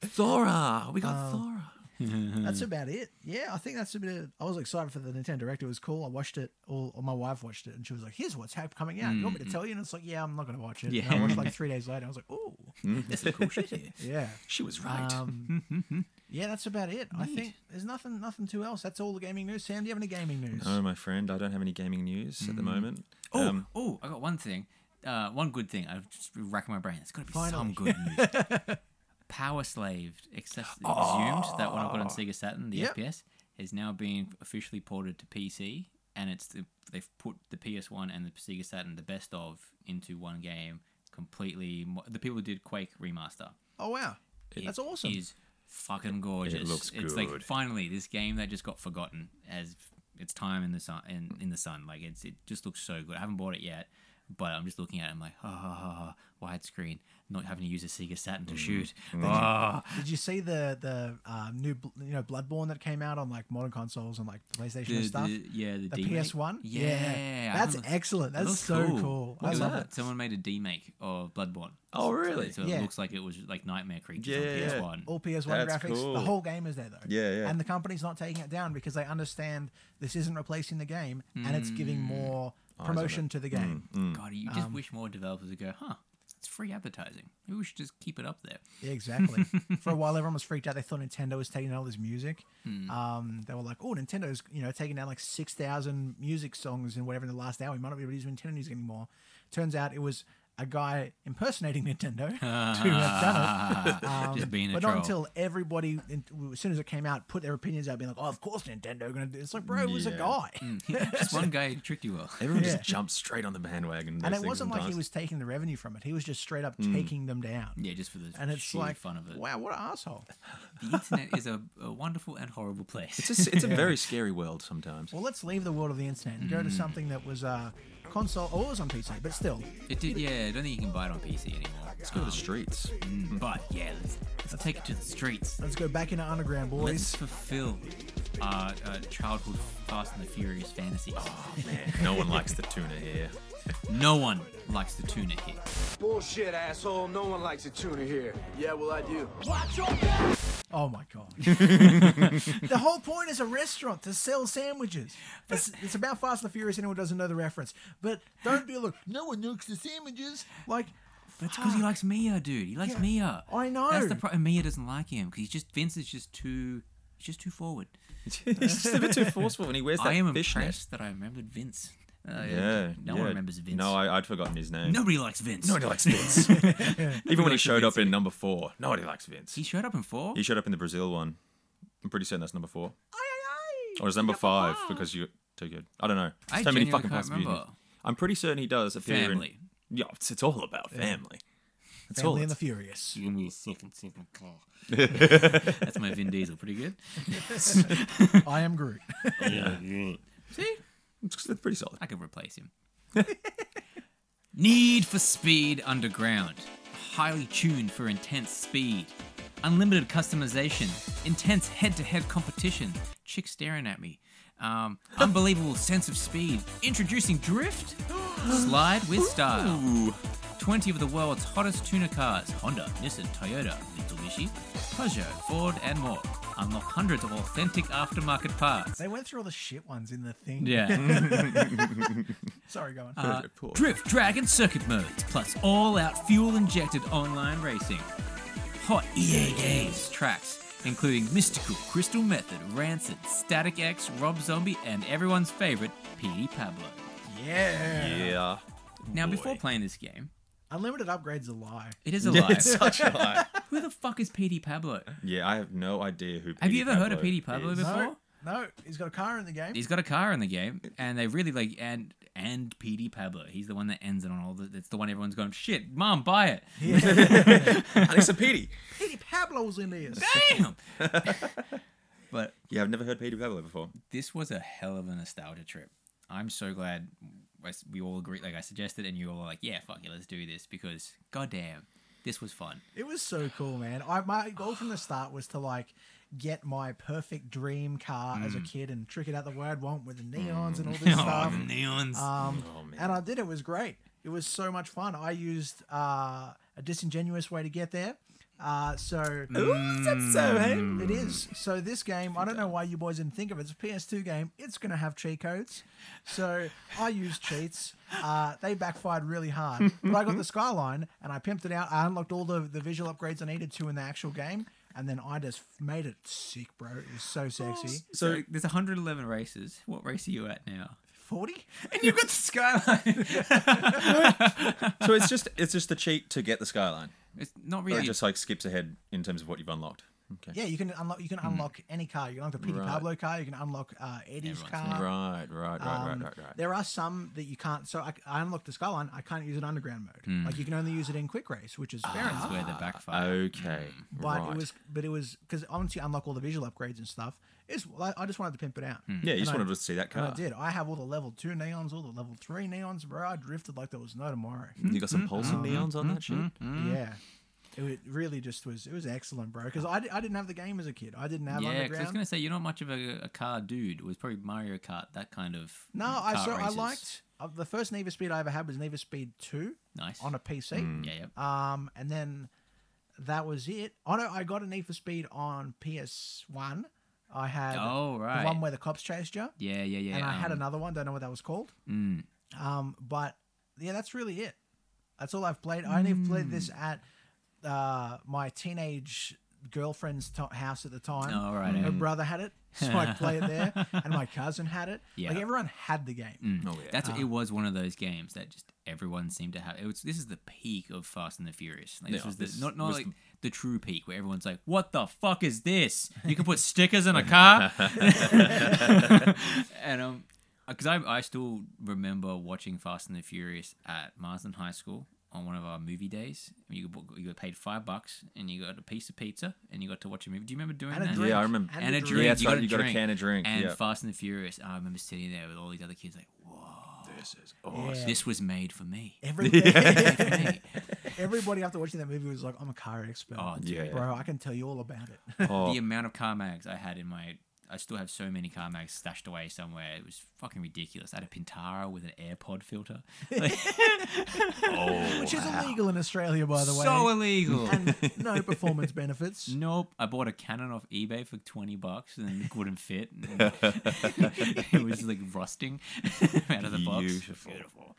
Speaker 3: Thora, we
Speaker 1: Um,
Speaker 3: got Thora.
Speaker 1: Mm.
Speaker 2: that's about it. Yeah, I think that's a bit. Of, I was excited for the Nintendo Direct. It was cool. I watched it. All or my wife watched it, and she was like, "Here's what's hap- coming out. You want me to tell you?" And it's like, "Yeah, I'm not going to watch it." And I
Speaker 1: Mm. Yeah.
Speaker 2: watched it like three days later. I was like, "Oh,
Speaker 1: That's some cool shit. here.
Speaker 2: yeah."
Speaker 3: She was right.
Speaker 2: Um, yeah, that's about it. I think there's nothing, nothing too else. That's all the gaming news. Sam, do you
Speaker 1: Um,
Speaker 2: have any gaming news?
Speaker 3: no, my friend, I don't have any gaming news at the moment.
Speaker 1: Oh,
Speaker 3: Um,
Speaker 1: oh, I got one thing. uh, one good thing. I've just been racking my brain. There's got to be some
Speaker 2: Finally.
Speaker 1: good news. Power Slave access- assumed that when I got on Sega Saturn, the
Speaker 2: Yep.
Speaker 1: FPS is now being officially ported to PC, and it's the, they've put the PS1 and the Sega Saturn, the best of, into one game. Completely, mo- the people who did Quake remaster.
Speaker 2: Oh wow, that's
Speaker 1: It
Speaker 2: awesome.
Speaker 1: Is fucking gorgeous.
Speaker 3: looks
Speaker 1: It's like
Speaker 3: good.
Speaker 1: finally this game that just got forgotten as its time in the sun. In, in the sun, like it's it just looks so good. I haven't bought it yet, but I'm just looking at it. I'm like, ha ha ha, ha widescreen, not having to use a Sega Saturn
Speaker 3: Mm.
Speaker 1: to shoot. Ah.
Speaker 2: Did you see the the um, new bl- you know Bloodborne that came out on like modern consoles and like PlayStation
Speaker 1: The-
Speaker 2: and stuff?
Speaker 1: the- yeah, the,
Speaker 2: The
Speaker 1: D-make.
Speaker 2: PS1?
Speaker 1: Yeah,
Speaker 2: Yeah.
Speaker 1: I
Speaker 2: That's
Speaker 1: haven't-
Speaker 2: excellent.
Speaker 1: that
Speaker 2: That's
Speaker 1: looks
Speaker 2: so cool.
Speaker 1: What
Speaker 2: I
Speaker 1: was
Speaker 2: love
Speaker 1: that?
Speaker 2: it.
Speaker 1: Someone made a remake of Bloodborne.
Speaker 3: Oh, really?
Speaker 1: So it
Speaker 2: Yeah.
Speaker 1: looks like it was like Nightmare Creatures
Speaker 3: Yeah, yeah, yeah.
Speaker 1: on PS1.
Speaker 2: All PS1
Speaker 3: That's
Speaker 2: graphics.
Speaker 3: cool.
Speaker 2: The whole game is there though.
Speaker 3: Yeah, yeah.
Speaker 2: And the company's not taking it down because they understand this isn't replacing the game and it's giving
Speaker 1: Mm.
Speaker 2: more promotion to the
Speaker 3: Mm,
Speaker 2: game.
Speaker 1: God, you
Speaker 2: Um,
Speaker 1: just wish more developers would go, huh? It's free advertising. Maybe we should just keep it up there.
Speaker 2: Yeah, exactly. For a while, everyone was freaked out. They thought Nintendo was taking down all this music.
Speaker 1: Hmm.
Speaker 2: Um, they were like, "Oh, Nintendo's you know taking down like six thousand music songs and whatever in the last hour. We might not be able to use Nintendo music anymore." Turns out it was a guy impersonating Nintendo to have done it. Um,
Speaker 1: Just Ah, being a
Speaker 2: but
Speaker 1: troll.
Speaker 2: not until everybody, in, as soon as it came out, put their opinions out, being like, "Oh, of course Nintendo are gonna do." It's like, bro, it was a
Speaker 3: Yeah.
Speaker 2: guy.
Speaker 1: Mm, just one guy tricked you all.
Speaker 3: Everyone
Speaker 2: Yeah.
Speaker 3: just jumped straight on the bandwagon.
Speaker 2: And
Speaker 3: those
Speaker 2: it
Speaker 3: things
Speaker 2: wasn't like he
Speaker 3: sometimes.
Speaker 2: was taking the revenue from it. He was just straight up taking them down.
Speaker 1: Yeah, just for the
Speaker 2: And it's
Speaker 1: sheer
Speaker 2: like,
Speaker 1: Mm. fun of it.
Speaker 2: wow, what an asshole.
Speaker 1: The internet is a, a wonderful and horrible place.
Speaker 3: It's a, s- it's a very scary world sometimes.
Speaker 2: Well, let's leave the world of the internet and go
Speaker 1: Hmm.
Speaker 2: to something that was uh, console or was on PC, but still.
Speaker 1: it did, yeah, I don't think you can buy it on PC anymore.
Speaker 3: Let's go to the streets.
Speaker 2: Ah.
Speaker 1: Mm, But yeah, let's, let's take it to the streets.
Speaker 2: Let's go back into underground,
Speaker 1: Let's
Speaker 2: boys.
Speaker 1: fulfill our uh, childhood Fast and the Furious fantasies.
Speaker 3: Man, no one likes the tuna here.
Speaker 1: No one likes the tuna here.
Speaker 4: Bullshit, asshole. No one likes a tuna here. Yeah, well, I do.
Speaker 2: Oh my god! the whole point is a restaurant to sell sandwiches. It's, it's about Fast and the Furious. Anyone who doesn't know the reference, but don't be like no one likes the sandwiches. Like
Speaker 1: That's because he likes Mia, dude. He likes
Speaker 2: Yeah,
Speaker 1: Mia.
Speaker 2: I know.
Speaker 1: That's the problem. Mia doesn't like him because he's just Vince is just too he's just too forward.
Speaker 3: He's just a bit too forceful when he wears that
Speaker 1: I am
Speaker 3: fishnet.
Speaker 1: impressed that I remembered Vince. Uh,
Speaker 3: Yeah,
Speaker 1: no
Speaker 3: yeah.
Speaker 1: one remembers Vince.
Speaker 3: No, I, I'd forgotten his name.
Speaker 1: Nobody likes Vince.
Speaker 3: nobody likes Vince. Even when he
Speaker 1: likes
Speaker 3: showed up
Speaker 1: Vince.
Speaker 3: in number four, nobody likes Vince.
Speaker 1: He showed up in four.
Speaker 3: He showed up in the Brazil one. I'm pretty certain that's number four, or is number five because you're too good. I don't know.
Speaker 1: I
Speaker 3: so many
Speaker 1: genuinely
Speaker 3: fucking
Speaker 1: can't
Speaker 3: possibilities.
Speaker 1: remember.
Speaker 3: I'm pretty certain he does appear in-
Speaker 1: Family.
Speaker 3: Yeah, it's, it's all about family. It's all
Speaker 2: Family and the
Speaker 3: it's-
Speaker 2: Furious.
Speaker 1: Give me a second, second call. That's my Vin Diesel. Pretty good.
Speaker 2: I am Groot.
Speaker 1: See,
Speaker 3: it's, it's pretty solid.
Speaker 1: I could replace him. Need for Speed Underground. Highly tuned for intense speed. Unlimited customization. Intense head to head competition. Chick staring at me. Um, unbelievable sense of speed. Introducing Drift. Slide with style. 20 of the world's hottest tuner cars Honda, Nissan, Toyota, Mitsubishi, Peugeot, Ford, and more. Unlock hundreds of authentic aftermarket parts.
Speaker 2: They went through all the shit ones in the thing.
Speaker 1: Yeah.
Speaker 2: Sorry, go on.
Speaker 1: Uh,
Speaker 3: Poor.
Speaker 1: Drift Dragon circuit modes, plus all out fuel injected online racing. Hot EA Games tracks, including Mystical, Crystal Method, Rancid, Static X, Rob Zombie, and everyone's favorite, P.D. Pablo.
Speaker 2: yeah.
Speaker 3: yeah.
Speaker 1: Now,
Speaker 3: Boy.
Speaker 1: before playing this game,
Speaker 2: Unlimited upgrades a lie.
Speaker 1: it is a lie.
Speaker 3: It's such a lie.
Speaker 1: Who the fuck is P.D. Pablo?
Speaker 3: Yeah, I have no idea who.
Speaker 1: Have
Speaker 3: P.D.
Speaker 1: you ever heard of
Speaker 3: Pablo
Speaker 1: P.D. Pablo
Speaker 3: is.
Speaker 1: before?
Speaker 2: No, no. He's got a car in the game.
Speaker 1: He's got a car in the game, and they really like and and PD Pablo. He's the one that ends it on all. The, that's the one everyone's going. Shit, mom, buy it.
Speaker 3: Alexa P.D.
Speaker 2: Petey Pablo's in this.
Speaker 1: Damn. but
Speaker 3: Yeah, I've never heard P.D. Pablo before.
Speaker 1: this was a hell of a nostalgia trip. I'm so glad I s- we all agreed. Like I suggested, and you all were like, "Yeah, fuck it, let's do this." Because goddamn, this was fun.
Speaker 2: It was so cool, man. I my goal from the start was to like get my perfect dream car as a kid and trick it out the way I'd want with the neons and all this
Speaker 1: Oh,
Speaker 2: stuff.
Speaker 1: the neons.
Speaker 2: Um,
Speaker 3: Oh, man.
Speaker 2: and I did. It was great. It was so much fun. I used uh, a disingenuous way to get there. Uh, so
Speaker 3: so, hey?
Speaker 2: it is. So this game, I don't know why you boys didn't think of it. It's a PS2 game. It's going to have cheat codes. So I used cheats. Uh, they backfired really hard. But I got the skyline and I pimped it out. I unlocked all the, the visual upgrades I needed to in the actual game. And then I just made it sick, bro. It was so sexy.
Speaker 1: so there's 111 races. What race are you at now?
Speaker 2: forty?
Speaker 1: And you've got the skyline.
Speaker 3: so it's just it's just the cheat to get the skyline.
Speaker 1: it's not
Speaker 3: It
Speaker 1: really.
Speaker 3: just like skips ahead in terms of what you've unlocked. Okay.
Speaker 2: Yeah, you can unlock. You can unlock any car. You can unlock the Peter
Speaker 3: Hmm. Right.
Speaker 2: Pablo car. You can unlock uh, Eddie's
Speaker 1: Everyone's
Speaker 2: car.
Speaker 3: Right, right, right, right,
Speaker 2: Um,
Speaker 3: right, right.
Speaker 2: There are some that you can't. So I, I unlocked the Skyline. I can't use it underground mode.
Speaker 3: Hmm.
Speaker 2: Like you can only use it in Quick Race, which is fair
Speaker 1: That's
Speaker 2: enough.
Speaker 1: where the backfire.
Speaker 3: Okay.
Speaker 1: mm,
Speaker 2: But
Speaker 3: Ah, right.
Speaker 2: it was, but it was because once you unlock all the visual upgrades and stuff, it's I I just wanted to pimp it out.
Speaker 3: yeah, you
Speaker 2: and
Speaker 3: just
Speaker 2: I-
Speaker 3: wanted to see that
Speaker 2: And
Speaker 3: car.
Speaker 2: I did. I have all the level two neons, all the level three neons, bro. I drifted like there was no tomorrow.
Speaker 3: You
Speaker 1: Mm-hmm.
Speaker 3: got some pulsing neons on that shit.
Speaker 2: Yeah. It wa- really just was. It was excellent, bro. Because I, di- I didn't have the game as a kid. I didn't have
Speaker 1: Yeah, because I was
Speaker 2: underground.
Speaker 1: gonna say you're not much of a, a car dude. It was probably Mario Kart, that kind of.
Speaker 2: No,
Speaker 1: mm,
Speaker 2: I
Speaker 1: kart
Speaker 2: so I
Speaker 1: races.
Speaker 2: liked uh, the first Neva Speed I ever had was Neva Speed Two
Speaker 1: Nice.
Speaker 2: on a PC.
Speaker 1: yeah, yeah.
Speaker 2: Um, and then that was it. Oh no, I got a Need for Speed on PS One. I had
Speaker 1: Oh,
Speaker 2: the
Speaker 1: right.
Speaker 2: one where the cops chased you,
Speaker 1: yeah, yeah, yeah.
Speaker 2: and I had
Speaker 1: um,
Speaker 2: another one. Don't know what that was called.
Speaker 1: mm.
Speaker 2: Um, but yeah, that's really it. That's all I've played. I only played this
Speaker 1: Hmm.
Speaker 2: at uh, my teenage girlfriend's to house at the time.
Speaker 1: Oh, right,
Speaker 2: Her
Speaker 1: yeah.
Speaker 2: brother had it, so I play it there, and my cousin had it.
Speaker 1: Yeah.
Speaker 2: Like everyone had the game.
Speaker 3: Oh yeah.
Speaker 1: Mm-hmm. That's it was one of those games that just everyone seemed to have. It was this is the peak of Fast and the Furious. Like, this
Speaker 3: Yeah,
Speaker 1: was the,
Speaker 3: this
Speaker 1: not not
Speaker 3: was
Speaker 1: like
Speaker 3: the-
Speaker 1: the true peak where everyone's like, "What the fuck is this? You can put stickers in a car." and um, because I I still remember watching Fast and the Furious at Marsden High School on one of our movie days. You got book- you got paid five bucks and you got a piece of pizza and you got to watch a movie. Do you remember doing
Speaker 2: And a
Speaker 1: that?
Speaker 2: drink.
Speaker 3: Yeah, I remember.
Speaker 1: And a
Speaker 2: Yeah,
Speaker 1: drink.
Speaker 3: that's
Speaker 1: you,
Speaker 3: right,
Speaker 1: got a
Speaker 3: you got a
Speaker 1: drink.
Speaker 3: can of drink,
Speaker 1: And
Speaker 3: yeah.
Speaker 1: Fast and the Furious. I remember sitting there with all these other kids, like, "Whoa,
Speaker 3: This is awesome.
Speaker 1: this was made for me."
Speaker 2: Every,
Speaker 1: Hey.
Speaker 2: everybody after watching that movie was like, "I'm a car expert,
Speaker 1: Oh, dude.
Speaker 3: Yeah.
Speaker 2: bro. I can tell you all about it."
Speaker 3: Oh,
Speaker 1: the amount of car mags I had in my. I still have so many car mags stashed away somewhere. It was fucking ridiculous. I had a Pintara with an AirPod filter. Like,
Speaker 2: Which is illegal in Australia, by the way.
Speaker 1: so illegal.
Speaker 2: and no performance benefits.
Speaker 1: nope. I bought a Canon off eBay for 20 bucks and it wouldn't fit. And it was like rusting out of the box.
Speaker 3: Beautiful.
Speaker 1: Beautiful.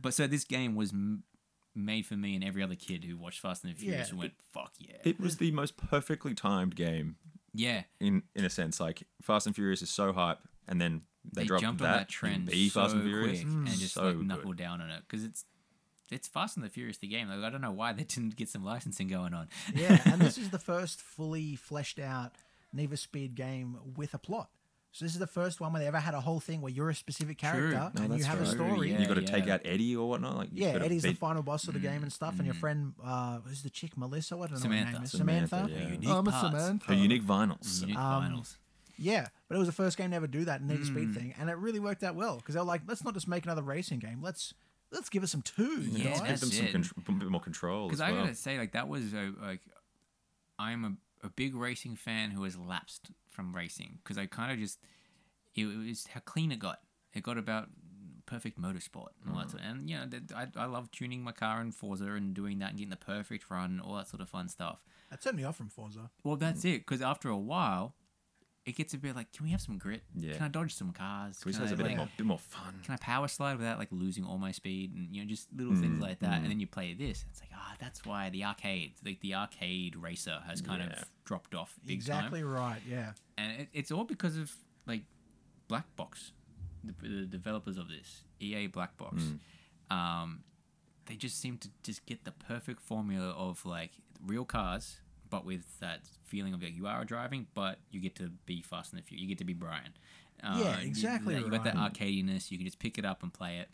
Speaker 1: But so this game was m- made for me and every other kid who watched Fast and the Furious
Speaker 2: Yeah.
Speaker 1: and went, fuck yeah.
Speaker 3: It was the most perfectly timed game
Speaker 1: yeah.
Speaker 3: in in a sense. Like Fast and Furious is so hype, and then they,
Speaker 1: they
Speaker 3: dropped
Speaker 1: jumped
Speaker 3: that,
Speaker 1: on that trend
Speaker 3: and be
Speaker 1: so
Speaker 3: Fast and Furious Mm,
Speaker 1: quick and just
Speaker 3: so
Speaker 1: like
Speaker 3: good.
Speaker 1: knuckle down on it because it's it's Fast and the Furious the game. Like I don't know why they didn't get some licensing going on.
Speaker 2: Yeah, and this is the first fully fleshed out Neva Speed game with a plot. So this is the first one where they ever had a whole thing where you're a specific character
Speaker 3: No,
Speaker 2: and you
Speaker 3: that's
Speaker 2: have a
Speaker 3: right.
Speaker 2: story.
Speaker 1: Yeah,
Speaker 3: you got to
Speaker 1: yeah.
Speaker 3: take out Eddie or whatnot. Like you've
Speaker 2: Yeah,
Speaker 3: gotta
Speaker 2: Eddie's the
Speaker 3: beat- Mm.
Speaker 2: final boss of the game and stuff, and your friend, uh, who's the chick, Melissa? I don't know her
Speaker 1: Samantha.
Speaker 2: name is.
Speaker 3: Samantha,
Speaker 2: Samantha.
Speaker 3: yeah.
Speaker 1: Unique
Speaker 2: I'm a
Speaker 1: parts.
Speaker 2: Samantha.
Speaker 3: her unique vinyls.
Speaker 1: Unique
Speaker 2: Um,
Speaker 1: finals.
Speaker 2: Yeah, but it was the first game to ever do that Need for
Speaker 1: Hmm.
Speaker 2: Speed thing, and it really worked out well because they were like, let's not just make another racing game. Let's let's give it some twos.
Speaker 1: Yeah,
Speaker 2: guys."
Speaker 3: Give them
Speaker 1: That's
Speaker 3: some
Speaker 1: it.
Speaker 3: contr- a bit more control as
Speaker 1: Because
Speaker 3: well.
Speaker 1: I gotta say, like that was a, like I'm a, a big racing fan who has lapsed from racing because I kind of just it, was how clean it got. It got about perfect motorsport and
Speaker 3: Mm.
Speaker 1: all that sort. And you know, that- I, I love tuning my car in Forza and doing that and getting the perfect run and all that sort of fun stuff.
Speaker 2: That turned me off from Forza.
Speaker 1: Well, that's
Speaker 3: Mm.
Speaker 1: it. Because after a while, it gets a bit like, can we have some grit?
Speaker 3: Yeah.
Speaker 1: Can I dodge some cars?
Speaker 3: Can we
Speaker 1: Can
Speaker 3: say it's
Speaker 1: I,
Speaker 3: a bit
Speaker 1: like,
Speaker 3: more, bit more fun?
Speaker 1: Can I power slide without like losing all my speed and you know just little
Speaker 3: Mm,
Speaker 1: things like that? And then you play this, and it's like, ah, that's why the arcade, like the arcade racer, has kind
Speaker 3: Yeah.
Speaker 1: of dropped off big
Speaker 2: exactly
Speaker 1: time.
Speaker 2: right. Yeah.
Speaker 1: And it, it's all because of like Black Box, the, the developers of this EA Black Box.
Speaker 2: Hmm.
Speaker 1: Um, they just seem to just get the perfect formula of like real cars, but with that feeling of like you are driving, but you get to be fast in the future. You get to be Brian. Uh,
Speaker 2: Yeah,
Speaker 1: you-
Speaker 2: exactly
Speaker 1: You, got that
Speaker 2: right.
Speaker 1: arcadiness. You can just pick it up and play it,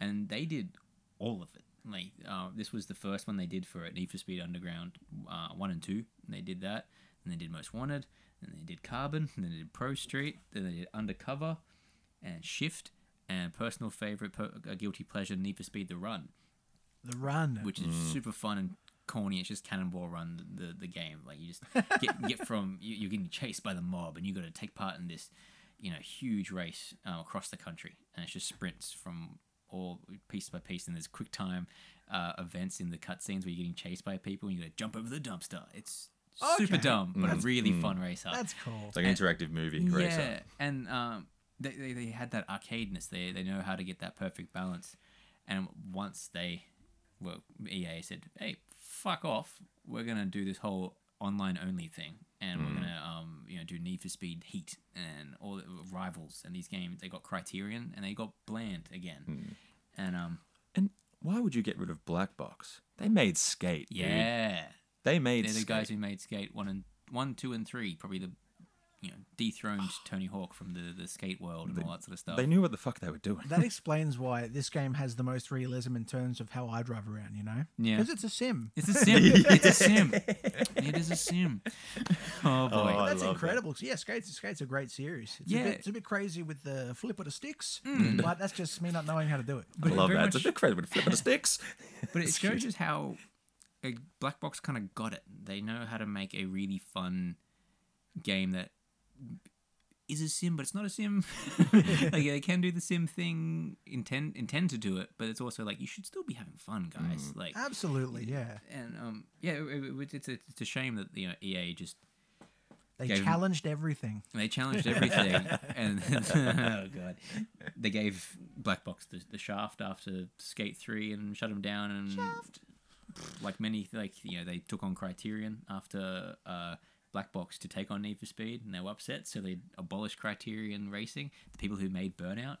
Speaker 1: and they did all of it. Like uh, this was the first one they did for it, Need for Speed Underground uh, one and two. And they did that, and they did Most Wanted, and they did Carbon, and then they did Pro Street, then they did Undercover, and uh, Shift, and personal favorite, per- uh, guilty pleasure, Need for Speed The Run
Speaker 2: The run.
Speaker 1: which is super fun and corny. It's just Cannonball Run, the the, the game. Like you just get get from you, you're getting chased by the mob, and you got to take part in this, you know, huge race uh, across the country, and it's just sprints from all piece by piece, and there's quick time uh, events in the cutscenes where you're getting chased by people, and you got to jump over the dumpster. It's super
Speaker 2: Okay.
Speaker 1: dumb, but a really fun race. up.
Speaker 2: That's cool.
Speaker 3: It's like an interactive movie. Great stuff.
Speaker 1: Eh, Yeah, and um, they, they, they had that arcadeness. They they know how to get that perfect balance. And once they, well, EA said,
Speaker 3: Mm.
Speaker 1: "Hey, fuck off. We're gonna do this whole online only thing, and we're gonna um, you know, do Need for Speed Heat and all the uh, Rivals and these games. They got Criterion and they got Bland again.
Speaker 3: Hmm.
Speaker 1: And um,
Speaker 3: And why would you get rid of Black Box? They made Skate. dude.
Speaker 1: yeah,
Speaker 3: They made
Speaker 1: they're the
Speaker 3: Skate.
Speaker 1: guys who made Skate one and one, two, and three. Probably the you know dethroned Tony Hawk from the the skate world and all that sort of stuff.
Speaker 3: They knew what the fuck they were doing.
Speaker 2: That explains why this game has the most realism in terms of how I drive around, you know?
Speaker 1: Yeah.
Speaker 2: Because it's a sim.
Speaker 1: It's a sim. it's a sim. It is a sim. Oh boy.
Speaker 3: I
Speaker 2: That's
Speaker 3: love that.
Speaker 2: incredible. Yeah, Skate's, Skate's a great series. It's,
Speaker 1: Yeah. Hmm.
Speaker 2: a bit, it's a bit crazy with the flip of the sticks, but that's just me not knowing how to do it.
Speaker 1: But
Speaker 3: I love
Speaker 1: very
Speaker 3: that. It's
Speaker 1: much-
Speaker 3: a credit with flipping the sticks.
Speaker 1: But it shows just how a Black Box kind of got it. They know how to make a really fun game that is a sim, but it's not a sim. like they can do the sim thing, intend intend to do it, but it's also like you should still be having fun, guys. Like
Speaker 2: Absolutely, yeah.
Speaker 1: and um yeah, it, it- it's a, it's a shame that you know EA just
Speaker 2: They
Speaker 1: Gave 'em-
Speaker 2: challenged everything.
Speaker 1: they challenged everything and oh god, they gave Black Box the, the shaft after Skate Three and shut him down and like many like you know they took on Criterion after uh, Black Box to take on Need for Speed, and they were upset, so they abolished Criterion Racing. The people who made Burnout,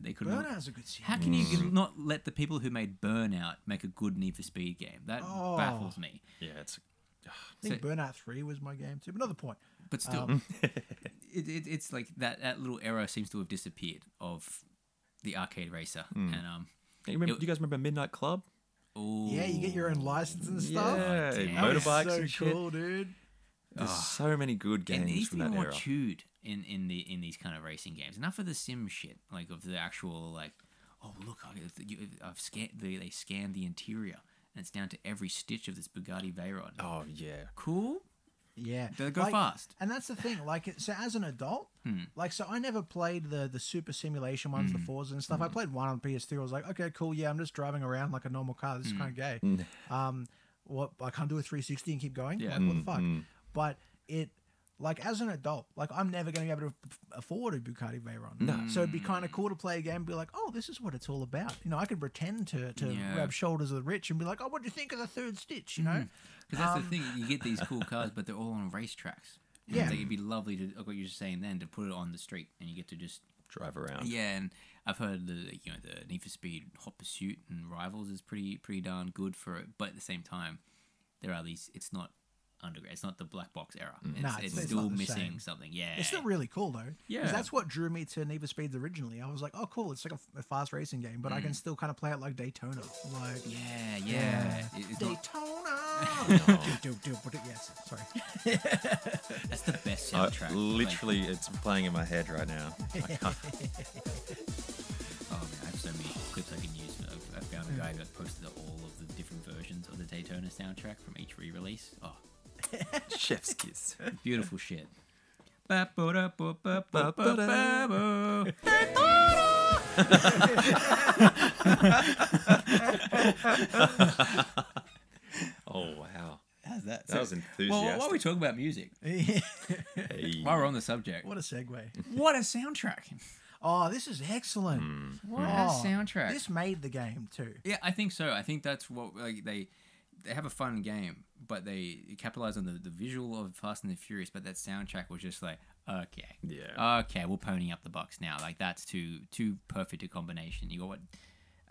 Speaker 1: they couldn't.
Speaker 2: Burnout's a good series.
Speaker 1: How can you not let the people who made Burnout make a good Need for Speed game? That
Speaker 2: Oh.
Speaker 1: baffles me.
Speaker 3: Yeah, it's
Speaker 2: I think
Speaker 1: So-
Speaker 2: Burnout 3 was my game too, but another point.
Speaker 1: But still,
Speaker 3: Um,
Speaker 1: it, it, it's like that that little era seems to have disappeared of the arcade racer,
Speaker 3: Hmm.
Speaker 1: and um.
Speaker 3: You, remember,
Speaker 1: It-
Speaker 3: do you guys remember Midnight Club?
Speaker 2: Yeah, you get your own license and stuff.
Speaker 3: Yeah,
Speaker 1: damn.
Speaker 2: That was
Speaker 3: motorbikes
Speaker 2: so
Speaker 3: and shit.
Speaker 2: cool, dude.
Speaker 3: There's so many good
Speaker 1: Ah. and
Speaker 3: games
Speaker 1: these
Speaker 3: from
Speaker 1: things are
Speaker 3: that
Speaker 1: more
Speaker 3: era.
Speaker 1: chewed in in the in these kind of racing games. Enough of the sim shit, like of the actual like, oh look, I, you, I've scanned they, they scanned the interior and it's down to every stitch of this Bugatti Veyron.
Speaker 3: Oh yeah.
Speaker 1: Cool.
Speaker 2: Yeah,
Speaker 1: They go
Speaker 2: Like-
Speaker 1: fast. Hmm.
Speaker 2: and that's the thing. Like, it- so as an adult, like, so I never played the the super simulation ones, the fours and
Speaker 1: Hmm.
Speaker 2: stuff. I played one on PS3. I was like, okay, cool, yeah, I'm just driving around like a normal car.
Speaker 1: Hmm.
Speaker 2: This is kind of gay. Um, what I can't do a 360 and keep going.
Speaker 1: Yeah. Hmm.
Speaker 2: like, what the fuck. But it. Like as an adult, like I'm never going to be able to f- afford a Bucati Veyron. No. So it'd be kind of cool to play a game and be like, "Oh, this is what it's all about." You know, I could pretend to to
Speaker 1: Yeah.
Speaker 2: grab shoulders of the rich and be like, "Oh, what do you think of the third stitch?" You know, Um,
Speaker 1: Because Hmm. that's
Speaker 3: Um,
Speaker 1: the thing, you get these cool cars, but they're all on racetracks. And
Speaker 2: Yeah.
Speaker 1: so it'd be lovely to, like what you were saying then, to put it on the street and you get to just
Speaker 3: Drive around.
Speaker 1: Yeah, and I've heard the you know the Need for Speed Hot Pursuit and Rivals is pretty pretty darn good for it, but at the same time, there are these. It's not underground. It's not the black box era. It's,
Speaker 2: Mm. Nah, it's-
Speaker 1: it's,
Speaker 2: it's not
Speaker 1: still
Speaker 2: the
Speaker 1: missing
Speaker 2: same.
Speaker 1: something. Yeah,
Speaker 2: It's still really cool though.
Speaker 1: Yeah.
Speaker 2: Because that's what drew me to Need for Speeds originally. I was like, oh, cool. It's like a, f- a fast racing game, but I
Speaker 1: Mm.
Speaker 2: can still kind of play it like Daytona. Like,
Speaker 1: yeah, yeah. It- it's not-
Speaker 2: Daytona! do, do, do, but it- yes, sorry.
Speaker 1: that's the best
Speaker 3: I-
Speaker 1: soundtrack. like-
Speaker 3: Uh, literally, it's playing in my head right now.
Speaker 1: oh man, I have so many clips I can use. I've, I found a guy
Speaker 2: Mm.
Speaker 1: who posted all of the different versions of the Daytona soundtrack from each re-release. Oh,
Speaker 3: Chef's kiss.
Speaker 1: beautiful shit. Ba-ba-da-ba-ba-ba-ba-ba.
Speaker 3: Oh wow.
Speaker 1: How's that?
Speaker 3: That was
Speaker 1: Well, while
Speaker 3: enthusiastic.
Speaker 1: we talking about music,
Speaker 3: Hey.
Speaker 1: while we're on the subject,
Speaker 2: What a segue.
Speaker 1: what a soundtrack!
Speaker 2: Oh, this is excellent.
Speaker 1: What
Speaker 2: Oh,
Speaker 1: a soundtrack!
Speaker 2: This made the game too.
Speaker 1: Yeah, I think so. I think that's what like they they have a fun game, but they capitalize on the, the visual of Fast and the Furious. But that soundtrack was just like, okay,
Speaker 3: Yeah.
Speaker 1: okay, we're ponying up the bucks now. Like that's too too perfect a combination. You got what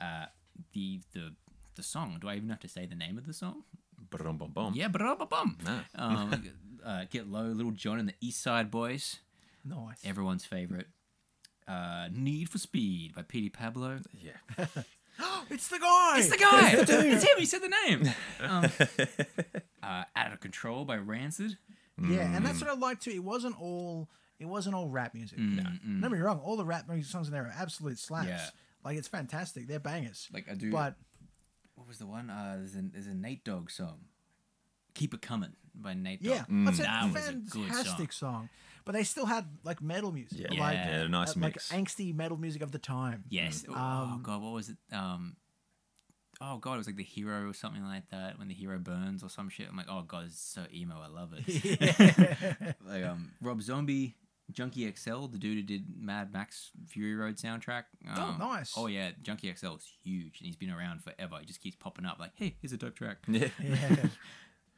Speaker 1: uh, the the the song? Do I even have to say the name of the song?
Speaker 3: Brum bum bum.
Speaker 1: Yeah, but bum.
Speaker 3: No.
Speaker 1: Um, uh, get low, Little John and the East Side Boys.
Speaker 2: Nice.
Speaker 1: everyone's favorite uh, Need for Speed by Petey Pablo.
Speaker 3: Yeah.
Speaker 2: it's the guy!
Speaker 1: It's the guy. it's him. He said the name. Um, uh, Out of Control by Rancid.
Speaker 2: Yeah, and
Speaker 1: Mm.
Speaker 2: that's what I liked too. It wasn't all it wasn't all rap music.
Speaker 1: Mm,
Speaker 2: No, don't be wrong. All the rap music songs in there are absolute slaps.
Speaker 1: Yeah.
Speaker 2: Like it's fantastic. They're bangers.
Speaker 1: Like, I do-
Speaker 2: But
Speaker 1: What was the one? Uh, there's, a, there's a Nate Dogg song. Keep it coming by Nate Dogg.
Speaker 2: yeah, that's a
Speaker 1: Mm. that was a good song.
Speaker 2: fantastic song. But they still had like metal music.
Speaker 3: Yeah.
Speaker 2: Like,
Speaker 1: Yeah,
Speaker 3: a nice
Speaker 2: uh, like
Speaker 3: mix.
Speaker 2: angsty metal music of the time.
Speaker 1: Yes.
Speaker 3: Mm.
Speaker 1: Oh, oh God, what was it? Um, oh God, it was like the hero or something like that. When the hero burns or some shit. I'm like, oh God, it's so emo. I love it. like um, Rob Zombie, Junkie XL, the dude who did Mad Max Fury Road soundtrack.
Speaker 2: Oh,
Speaker 1: um,
Speaker 2: nice.
Speaker 1: Oh yeah, Junkie XL is huge, and he's been around forever. He just keeps popping up. Like, hey, here's a dope track.
Speaker 3: Yeah.
Speaker 2: Yeah.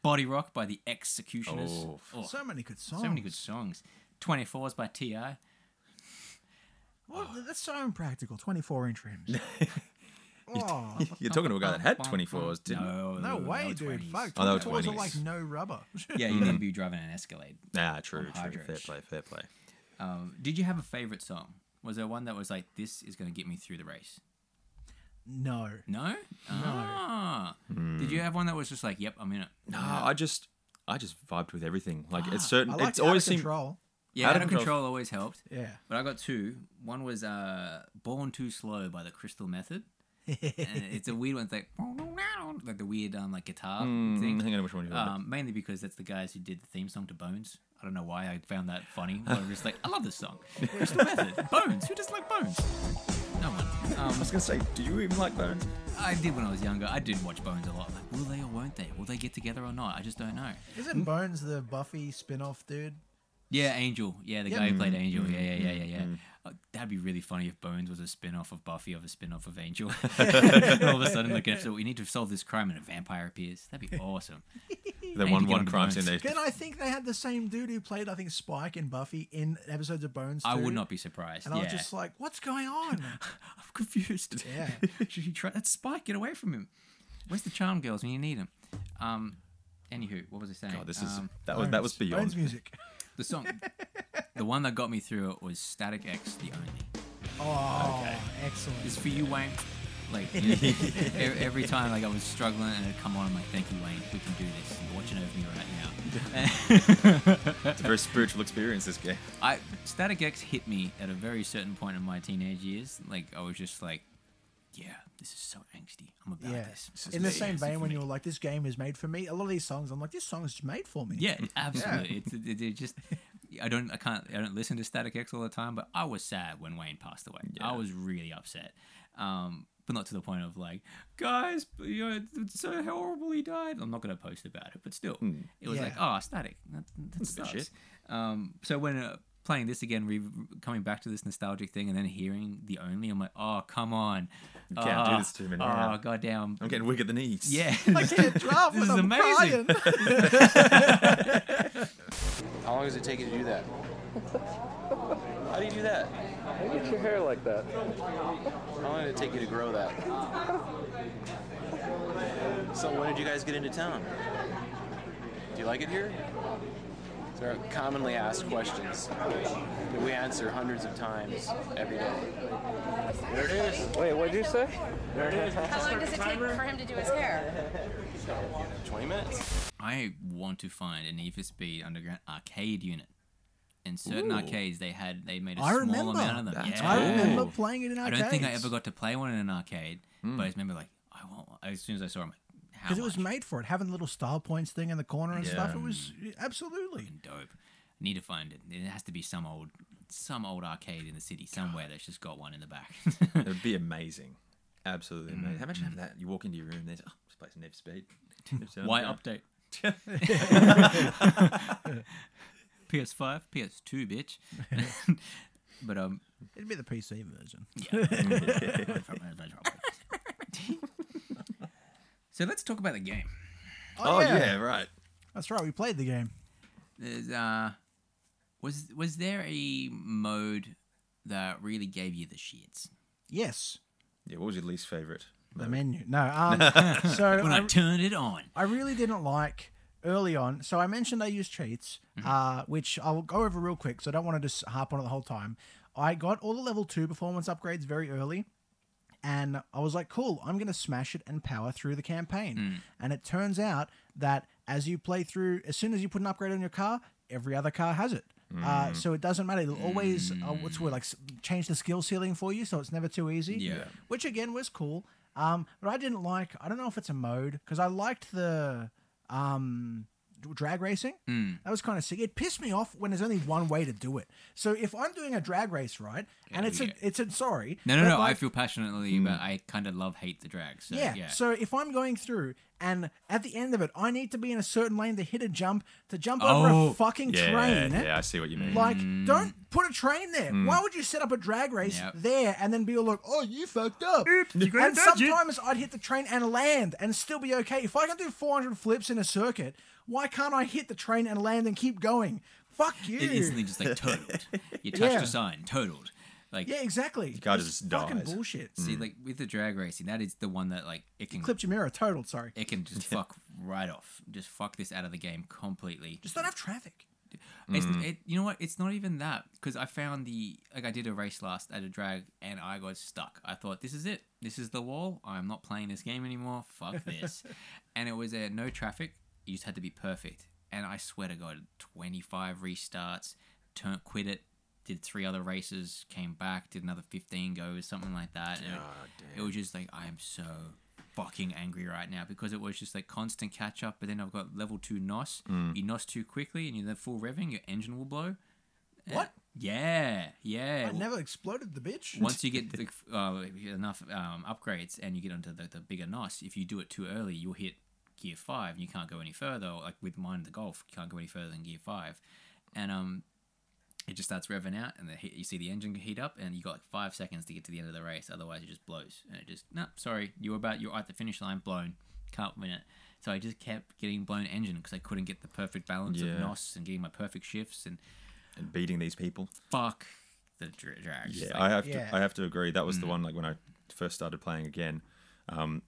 Speaker 1: Body Rock by the Executioners.
Speaker 3: Oh.
Speaker 1: Oh, so,
Speaker 2: So many good songs.
Speaker 1: many good songs. 24s by T.I.
Speaker 2: What? That's so impractical. 24 inch rims. oh,
Speaker 3: You're talking to a guy that had 24s, didn't
Speaker 1: No,
Speaker 2: no way, dude.
Speaker 1: twenties.
Speaker 2: Fuck.
Speaker 3: Oh, they were
Speaker 2: 24s are
Speaker 3: 20s.
Speaker 2: like no rubber.
Speaker 1: Yeah, you need to be driving an Escalade.
Speaker 3: Nah, true,
Speaker 1: On
Speaker 3: true. Fair
Speaker 1: hydrates.
Speaker 3: play, fair play.
Speaker 1: Um, did you have a favorite song? Was there one that was like, this is going to get me through the race?
Speaker 2: no.
Speaker 1: No? No. Ah. Did you have one that was just like, yep, I'm in it?
Speaker 3: No, I just I just vibed with everything. Like it's
Speaker 2: I
Speaker 3: certain
Speaker 2: like
Speaker 3: it's always
Speaker 2: out of
Speaker 3: seemed
Speaker 2: control.
Speaker 1: Yeah, Out, of control. always helped.
Speaker 2: Yeah.
Speaker 1: But I got two. One was uh, Born Too Slow by the Crystal Method. and it's a weird one. It's like, like the weird um, like guitar
Speaker 3: Mm,
Speaker 1: thing.
Speaker 3: hang on which one you want.
Speaker 1: Um, mainly because that's the guys who did the theme song to Bones. I don't know why I found that funny, but I'm just like, I love this song. It's the method. Bones. Who doesn't like Bones? No one.
Speaker 3: I
Speaker 1: Um,
Speaker 3: was gonna say, do you even like Bones?
Speaker 1: I did when I was younger. I did watch Bones a lot. Like, will they or won't they? Will they get together or not? I just don't know.
Speaker 2: Isn't Bones the Buffy spin off dude?
Speaker 1: Yeah, Angel. Yeah, the
Speaker 2: Yeah. Mm.
Speaker 1: guy who played Angel. Yeah, yeah, yeah, yeah, yeah. Uh, that'd be really funny if Bones was a spin off of Buffy of a spin off of Angel. All of a sudden, like, so we need to solve this crime and a vampire appears. That'd be awesome. need
Speaker 3: The
Speaker 1: to
Speaker 3: one
Speaker 1: get
Speaker 3: one
Speaker 1: onto
Speaker 3: crime scene
Speaker 1: Bones.
Speaker 3: they
Speaker 2: Then I think they had the same dude who played, I think, Spike and Buffy in episodes of Bones.
Speaker 1: I
Speaker 2: too.
Speaker 1: would not be surprised.
Speaker 2: And I
Speaker 1: yeah.
Speaker 2: was just like, what's going on?
Speaker 1: I'm confused.
Speaker 2: Yeah.
Speaker 1: Should he try that Spike? Get away from him. Where's the charm girls when you need them? Um, anywho, what was I saying?
Speaker 3: God, Oh, this is
Speaker 1: Um,
Speaker 3: that was that was
Speaker 2: Bones. Bones
Speaker 3: beyond.
Speaker 2: music.
Speaker 1: the song. the one that got me through it was Static X, the only.
Speaker 2: Oh,
Speaker 1: It's
Speaker 2: excellent.
Speaker 1: for you, Wayne. Like you know, e- every time, like I was struggling and it'd come on, I'm like, "Thank you, Wayne. We can do this. You're watching over me right now."
Speaker 3: It's a very spiritual experience. This game.
Speaker 1: I Static X hit me at a very certain point in my teenage years. Like I was just like, "Yeah, this is so angsty. I'm about
Speaker 2: Yeah.
Speaker 1: this." This is
Speaker 2: In the
Speaker 1: really
Speaker 2: same
Speaker 1: angsty
Speaker 2: vein,
Speaker 1: for
Speaker 2: when
Speaker 1: me.
Speaker 2: you were like, this game is made for me, a lot of these songs, I'm like, this song's made for me.
Speaker 3: Mm,
Speaker 1: Yeah, absolutely. It's it, it- it just I don't I can't I don't listen to Static X all the time, but I was sad when Wayne passed away. I was really upset. Um but not to the point of like, guys, you know, it's so horrible he died. I'm not going to post about it, but still,
Speaker 3: Mm,
Speaker 1: it was like,
Speaker 2: Yeah.
Speaker 1: oh, static. That, that
Speaker 3: bit
Speaker 1: sucks.
Speaker 3: shit.
Speaker 1: Um, so when uh, playing this again, re- coming back to this nostalgic thing, and then hearing the only, I'm like, oh, come on, you
Speaker 3: can't do this to me
Speaker 1: Oh,
Speaker 3: now.
Speaker 1: goddamn,
Speaker 3: I'm getting weak at the knees.
Speaker 1: yeah.
Speaker 2: I can't drive
Speaker 1: This
Speaker 2: when
Speaker 1: is
Speaker 2: I'm
Speaker 1: amazing.
Speaker 2: crying.
Speaker 5: How long does it take you to do that? How do you do that?
Speaker 6: Why you get your hair like that?
Speaker 5: How long did it take you to grow that? So when did you guys get into town? Do you like it here? These are commonly asked questions that we answer hundreds of times every day. There it is.
Speaker 6: Wait, what'd you say?
Speaker 7: How long does it take for him to do his hair?
Speaker 5: 20 minutes.
Speaker 1: I want to find an Need for Speed Underground arcade unit. In certain arcades, they had they made a
Speaker 2: I
Speaker 1: small
Speaker 2: remember.
Speaker 1: amount of them.
Speaker 3: That's
Speaker 1: yeah.
Speaker 2: I remember
Speaker 3: Ooh.
Speaker 2: playing it in
Speaker 1: I
Speaker 2: arcades.
Speaker 1: don't think I ever got to play one in an arcade, but I just remember like I want. One. As soon as I saw them, how
Speaker 2: Because it was
Speaker 1: much?
Speaker 2: made for it. Having the little star points thing in the corner and stuff. It was absolutely.
Speaker 1: Fucking dope. I need to find it. It has to be some old some old arcade in the city somewhere that's just got one in the back.
Speaker 3: it would be amazing. Absolutely amazing. Imagine having that. You walk into your room, there's oh, this place Nev Speed. Nip Sound
Speaker 1: Why
Speaker 3: Ground.
Speaker 1: update? PS5, PS2, bitch. but um,
Speaker 2: It'd be the PC version.
Speaker 1: so let's talk about the game.
Speaker 3: Oh, yeah. right.
Speaker 2: That's right. We played the game.
Speaker 1: There's, uh, was was there a mode that really gave you the shits?
Speaker 2: Yes.
Speaker 3: Yeah. What was your least favorite?
Speaker 2: The menu. No. Um, so
Speaker 1: When I
Speaker 2: I,
Speaker 1: turned it on,
Speaker 2: I really didn't like early on. So I mentioned I used cheats, uh, which I'll go over real quick. So I don't want to just harp on it the whole time. I got all the level two performance upgrades very early. and I was like, cool, I'm going to smash it and power through the campaign. And it turns out that as you play through, as soon as you put an upgrade on your car, every other car has it. Uh, so it doesn't matter. It'll always, uh, what's the word, like s- change the skill ceiling for you, so it's never too easy.
Speaker 1: Yeah.
Speaker 2: Which again was cool. Um, but I didn't like, I don't know if it's a mode, because I liked the um, d- drag racing.
Speaker 1: Mm.
Speaker 2: That was kind of sick. It pissed me off when there's only one way to do it. So if I'm doing a drag race, right, and it's
Speaker 1: yeah.
Speaker 2: a, it's a, sorry.
Speaker 1: no, no,
Speaker 2: but
Speaker 1: no.
Speaker 2: like-
Speaker 1: I feel passionately, but I kind of love hate the drag. So, Mm. yeah,
Speaker 2: yeah. So if I'm going through And at the end of it, I need to be in a certain lane to hit a jump to jump over
Speaker 1: Oh,
Speaker 2: a fucking
Speaker 3: Yeah,
Speaker 2: train.
Speaker 3: yeah, I see what you mean.
Speaker 2: Like, don't put a train there. Why would you set up a drag race
Speaker 1: Yep.
Speaker 2: there and then be all like, "Oh, you fucked up"?
Speaker 1: you
Speaker 2: and
Speaker 1: grabbed that, you-
Speaker 2: sometimes I'd hit the train and land and still be okay. If I can do 400 flips in a circuit, why can't I hit the train and land and keep going? Fuck you.
Speaker 1: It instantly just like totaled. You touched
Speaker 2: Yeah.
Speaker 1: a sign, totaled. Like
Speaker 2: yeah, exactly.
Speaker 3: car
Speaker 2: It's
Speaker 3: just
Speaker 2: fucking
Speaker 3: dies.
Speaker 2: bullshit.
Speaker 1: see, like with the drag racing, that is the one that like it can
Speaker 2: Clipped your mirror, totaled. Sorry.
Speaker 1: it can just fuck right off. Just fuck this out of the game completely.
Speaker 2: Just don't have traffic.
Speaker 1: It's, it, you know what? It's not even that because I found the like I did a race last at a drag and I got stuck. I thought this is it. This is the wall. I'm not playing this game anymore. Fuck this. and it was a no traffic. You just had to be perfect. And I swear to God, 25 restarts. Turn quit it. Did three other races. Came back. Did another 15 goes. Something like that. And it- it was just like I am so fucking angry right now because it was just like constant catch up. But then I've got level two nos. You nos too quickly, and you're then full revving. Your engine will blow.
Speaker 2: What?
Speaker 1: Yeah, yeah.
Speaker 2: I never exploded the bitch.
Speaker 1: Once you get the, uh, enough um, upgrades and you get onto the, the bigger nos, if you do it too early, you'll hit gear five and you can't go any further. Or like with mine, the Golf, you can't go any further than gear five, and um, it just starts revving out, and the heat, you see the engine heat up, and you got like five seconds to get to the end of the race. Otherwise, it just blows, and it just no, sorry, you were about you're at the finish line, blown, can't win it. So I just kept getting blown engine because I couldn't get the perfect balance
Speaker 3: Yeah.
Speaker 1: of nos and getting my perfect shifts and
Speaker 3: and beating these people.
Speaker 1: fuck the dra- drags.
Speaker 3: Yeah,
Speaker 1: Like,
Speaker 3: I have
Speaker 2: Yeah.
Speaker 3: to. I have to agree. That was
Speaker 1: Mm.
Speaker 3: the one. Like when I first started playing again, um,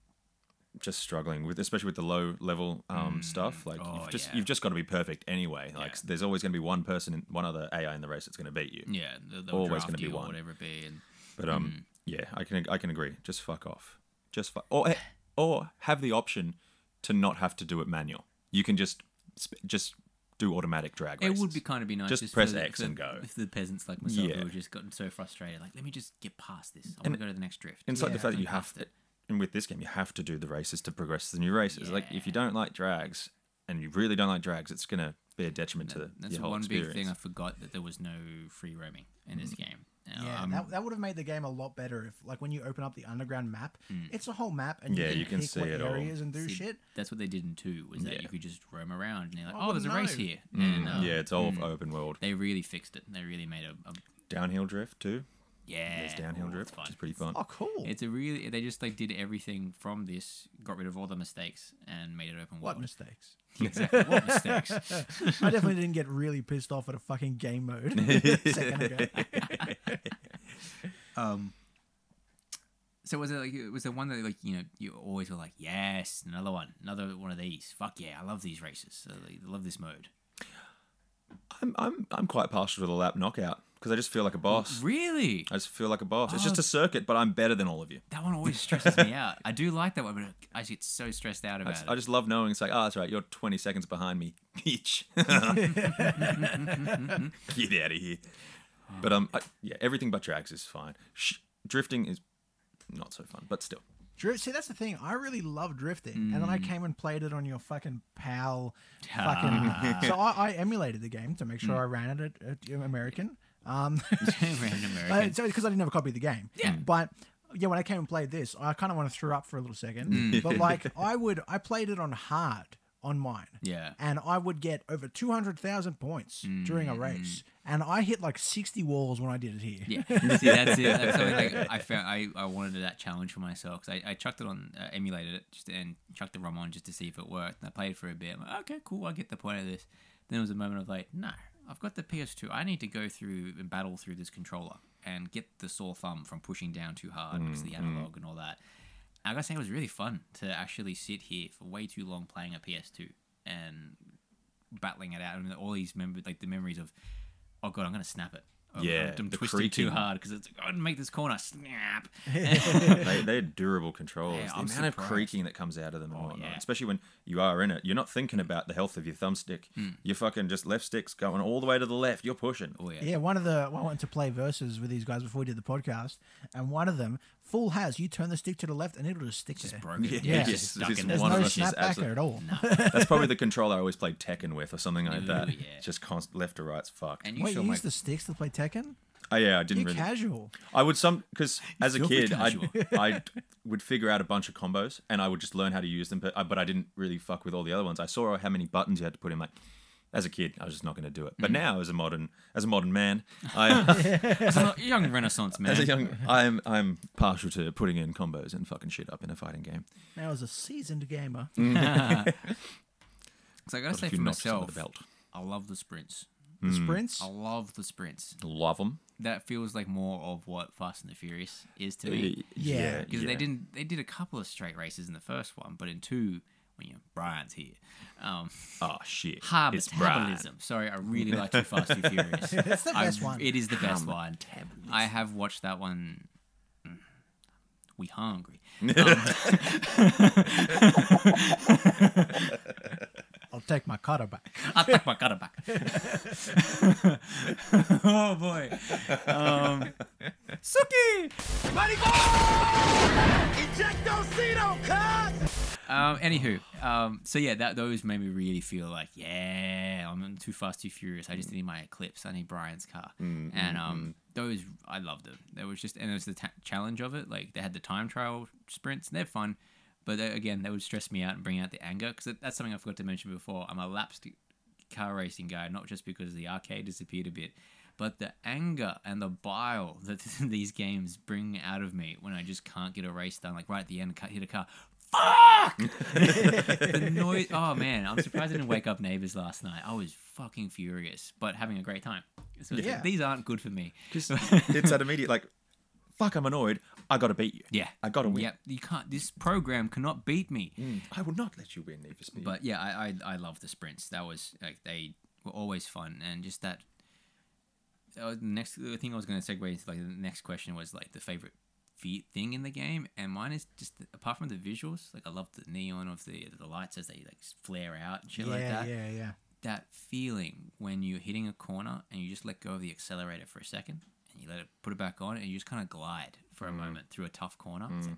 Speaker 3: just struggling with, especially with the low level um, stuff. Like
Speaker 1: Oh,
Speaker 3: you've just
Speaker 1: yeah.
Speaker 3: you've just got to be perfect anyway. Like there's always going to be one person, in, one other AI in the race that's going to beat you.
Speaker 1: Yeah, Mm-hmm. they'll, they'll
Speaker 3: Always
Speaker 1: draft
Speaker 3: gonna be
Speaker 1: you or
Speaker 3: one.
Speaker 1: whatever it be. And
Speaker 3: But um, yeah, I can I can agree. Just fuck off. Just fuck. Or or have the option to not have to do it manual. You can just sp- just do automatic drag.
Speaker 1: it
Speaker 3: Races.
Speaker 1: would be kind of be nice.
Speaker 3: Just
Speaker 1: for
Speaker 3: press
Speaker 1: the-
Speaker 3: X
Speaker 1: for-
Speaker 3: and go.
Speaker 1: For the peasants like myself
Speaker 3: Yeah.
Speaker 1: who have just gotten so frustrated, like let me just get past this. I want to go to the next drift.
Speaker 3: And it's like
Speaker 2: Yeah,
Speaker 3: the fact that you
Speaker 1: don't have
Speaker 3: have to, and with this game, you have to do the races to progress to the new races. Like if you don't like drags and you really don't like drags, it's gonna be a detriment to the
Speaker 1: That's
Speaker 3: your whole
Speaker 1: one
Speaker 3: experience. Mm.
Speaker 1: big thing I forgot that there was no free roaming in this game. Now,
Speaker 2: Yeah,
Speaker 1: um,
Speaker 2: that, that would have made the game a lot better if, like, when you open up the underground map, it's a whole map, and
Speaker 3: Yeah,
Speaker 2: you can,
Speaker 3: you can
Speaker 2: pick
Speaker 3: see
Speaker 2: what
Speaker 3: it all.
Speaker 2: areas and do
Speaker 1: see,
Speaker 2: shit.
Speaker 1: That's what they did in two was that
Speaker 3: Yeah. Mm.
Speaker 1: you could just roam around and you're like,
Speaker 2: I
Speaker 1: oh, there's a
Speaker 2: wouldn't
Speaker 1: race
Speaker 2: know.
Speaker 1: here. And, um,
Speaker 3: yeah, it's all open world.
Speaker 1: They really fixed it. They really made a, a
Speaker 3: Downhill drift too.
Speaker 1: yeah.
Speaker 3: There's downhill
Speaker 1: oh, it's
Speaker 3: drift,
Speaker 1: fun.
Speaker 3: which is pretty fun.
Speaker 2: Oh, cool.
Speaker 1: It's a really they just like did everything from this, got rid of all the mistakes and made it open
Speaker 2: what
Speaker 1: world.
Speaker 2: mistakes?
Speaker 1: exactly what mistakes?
Speaker 2: I definitely didn't get really pissed off at a fucking game mode a second ago.
Speaker 1: So was it like it was the one that like you know you always were like yes another one another one of these fuck yeah I love these races I like, love this mode
Speaker 3: I'm I'm I'm quite partial to the lap knockout because I just feel like a boss.
Speaker 1: really
Speaker 3: I just feel like a boss. It's
Speaker 1: Oh.
Speaker 3: just a circuit, but I'm better than all of you.
Speaker 1: that one always stresses me out I do like that one but I just get so stressed out about it
Speaker 3: I just love knowing it's like, oh, that's right, you're 20 seconds behind me, bitch. Get out of here. But um, I, yeah, everything but drags is fine. Sh- drifting is not so fun, but still.
Speaker 2: Drift. See, that's the thing. I really love drifting, and then I
Speaker 1: Mm.
Speaker 2: came and played it on your fucking PAL.
Speaker 1: Ah.
Speaker 2: Fucking. so I, I emulated the game to make
Speaker 1: Mm.
Speaker 2: sure I ran it at, at American. Um,
Speaker 1: random
Speaker 2: Uh,
Speaker 1: American
Speaker 2: so because I didn't have a copy of the game.
Speaker 1: Yeah.
Speaker 2: But yeah, when I came and played this, I kind of want to throw up for a little second.
Speaker 1: Mm.
Speaker 2: but like, I would, I played it on hard on mine.
Speaker 1: Yeah. Mm.
Speaker 2: And I would get over two hundred thousand points during a race, and I hit like sixty walls when I did it here.
Speaker 1: yeah see that's it that's something like I found I, I wanted that challenge for myself because I, I chucked it on uh, emulated it just and chucked the ROM on just to see if it worked and I played for a bit I'm like okay cool I get the point of this then there was a moment of like no I've got the PS2 I need to go through and battle through this controller and get the sore thumb from pushing down too hard because of the analog and all that I gotta say, it was really fun to actually sit here for way too long playing a PS2 and battling it out. and all these mem- like the memories of, oh god, I'm gonna snap it. Oh, God,
Speaker 3: Yeah,
Speaker 1: I'm
Speaker 3: the
Speaker 1: twisting too
Speaker 3: creaking.
Speaker 1: hard because it's like, oh, make this corner snap.
Speaker 3: They, they're durable controls.
Speaker 1: Yeah,
Speaker 3: the
Speaker 1: I'm
Speaker 3: amount of
Speaker 1: surprised. Oh,
Speaker 3: creaking that comes out of them and whatnot,
Speaker 1: yeah.
Speaker 3: especially when you are in it, you're not thinking about the health of your thumbstick. You're fucking just left stick's going all the way to the left. You're pushing.
Speaker 1: Hmm. oh yeah,
Speaker 2: Yeah, one of the I went to play verses with these guys before we did the podcast, and one of them full has you turn the stick to the left and it'll just stick
Speaker 1: just
Speaker 2: there.
Speaker 1: broken. Yeah,
Speaker 3: yeah,
Speaker 1: it's
Speaker 3: it's-
Speaker 1: just stuck
Speaker 3: it's
Speaker 1: in
Speaker 2: There's
Speaker 1: one.
Speaker 3: one
Speaker 2: no
Speaker 3: of us is
Speaker 2: snap back
Speaker 3: absolute-
Speaker 2: there at all.
Speaker 3: That's probably the controller I always played Tekken with or something like that.
Speaker 1: yeah.
Speaker 3: Just const- left to right's fucked.
Speaker 1: And you
Speaker 2: Wait,
Speaker 1: saw
Speaker 2: you
Speaker 1: my
Speaker 2: use the sticks to play Tekken?
Speaker 3: Oh, yeah, I didn't
Speaker 2: You're
Speaker 3: really.
Speaker 2: casual.
Speaker 3: I would some because as a
Speaker 1: filthy
Speaker 3: kid, I
Speaker 1: casual.
Speaker 3: I would figure out a bunch of combos and I would just learn how to use them. But I, but I didn't really fuck with all the other ones. I saw how many buttons you had to put in. Like as a kid, I was just not going to do it. But
Speaker 1: Mm-hmm.
Speaker 3: now, as a modern as a modern man, I
Speaker 1: As a young Renaissance man.
Speaker 3: as a young I'm I'm partial to putting in combos and fucking shit up in a fighting game.
Speaker 2: Now as a seasoned gamer,
Speaker 1: so I gotta
Speaker 3: Got a
Speaker 1: say
Speaker 3: few
Speaker 1: for
Speaker 3: notches under
Speaker 1: myself,
Speaker 3: the belt.
Speaker 1: I love the sprints.
Speaker 2: the sprints.
Speaker 1: I love the sprints.
Speaker 3: Love them.
Speaker 1: That feels like more of what Fast and the Furious is to me.
Speaker 2: Yeah.
Speaker 1: Because they didn't, they did a couple of straight races in the first one, but in two, when you know, Brian's here, um,
Speaker 3: Oh shit.
Speaker 1: high
Speaker 3: it's Brian.
Speaker 1: metabolism. Sorry, I really like Too Fast Too Furious. That's the
Speaker 2: best one.
Speaker 1: It is the best one. I have watched that one. mm, We hungry.
Speaker 2: I'll take my cutter back.
Speaker 1: I take my cutter back. oh boy. Um, Suki. Um, anywho, um, so yeah, that those made me really feel like, yeah, I'm too fast, too furious. I just need my Eclipse. I need Brian's car, and um, those I loved them. There was just and it was the ta challenge of it. Like they had the time trial sprints, and they're fun, but they, again, they would stress me out and bring out the anger because that's something I forgot to mention before. I'm a lapsed car racing guy, not just because the arcade disappeared a bit, but the anger and the bile that these games bring out of me when I just can't get a race done. Like right at the end, cut- hit a car. Fuck! the noise. Oh man, I'm surprised I didn't wake up neighbors last night. I was fucking furious, but having a great time. So it's like,
Speaker 2: Yeah.
Speaker 1: these aren't good for me.
Speaker 3: it's that immediate like, fuck. I'm annoyed. I gotta beat you.
Speaker 1: Yeah,
Speaker 3: I gotta win. Mm.
Speaker 1: Yep, you can't. This program cannot beat me.
Speaker 3: I will not let you win, Need for Speed.
Speaker 1: But yeah, I, I I love the sprints. That was like they were always fun, and just that. Uh, next the thing I was going to segue into like the next question was like the favorite feat thing in the game, and mine is just apart from the visuals, like I love the neon of the the lights as they like flare out and shit like
Speaker 2: yeah,
Speaker 1: that.
Speaker 2: yeah, yeah.
Speaker 1: that feeling when you're hitting a corner and you just let go of the accelerator for a second and you let it put it back on and you just kind of glide for a
Speaker 2: Mm.
Speaker 1: moment through a tough corner. It's like,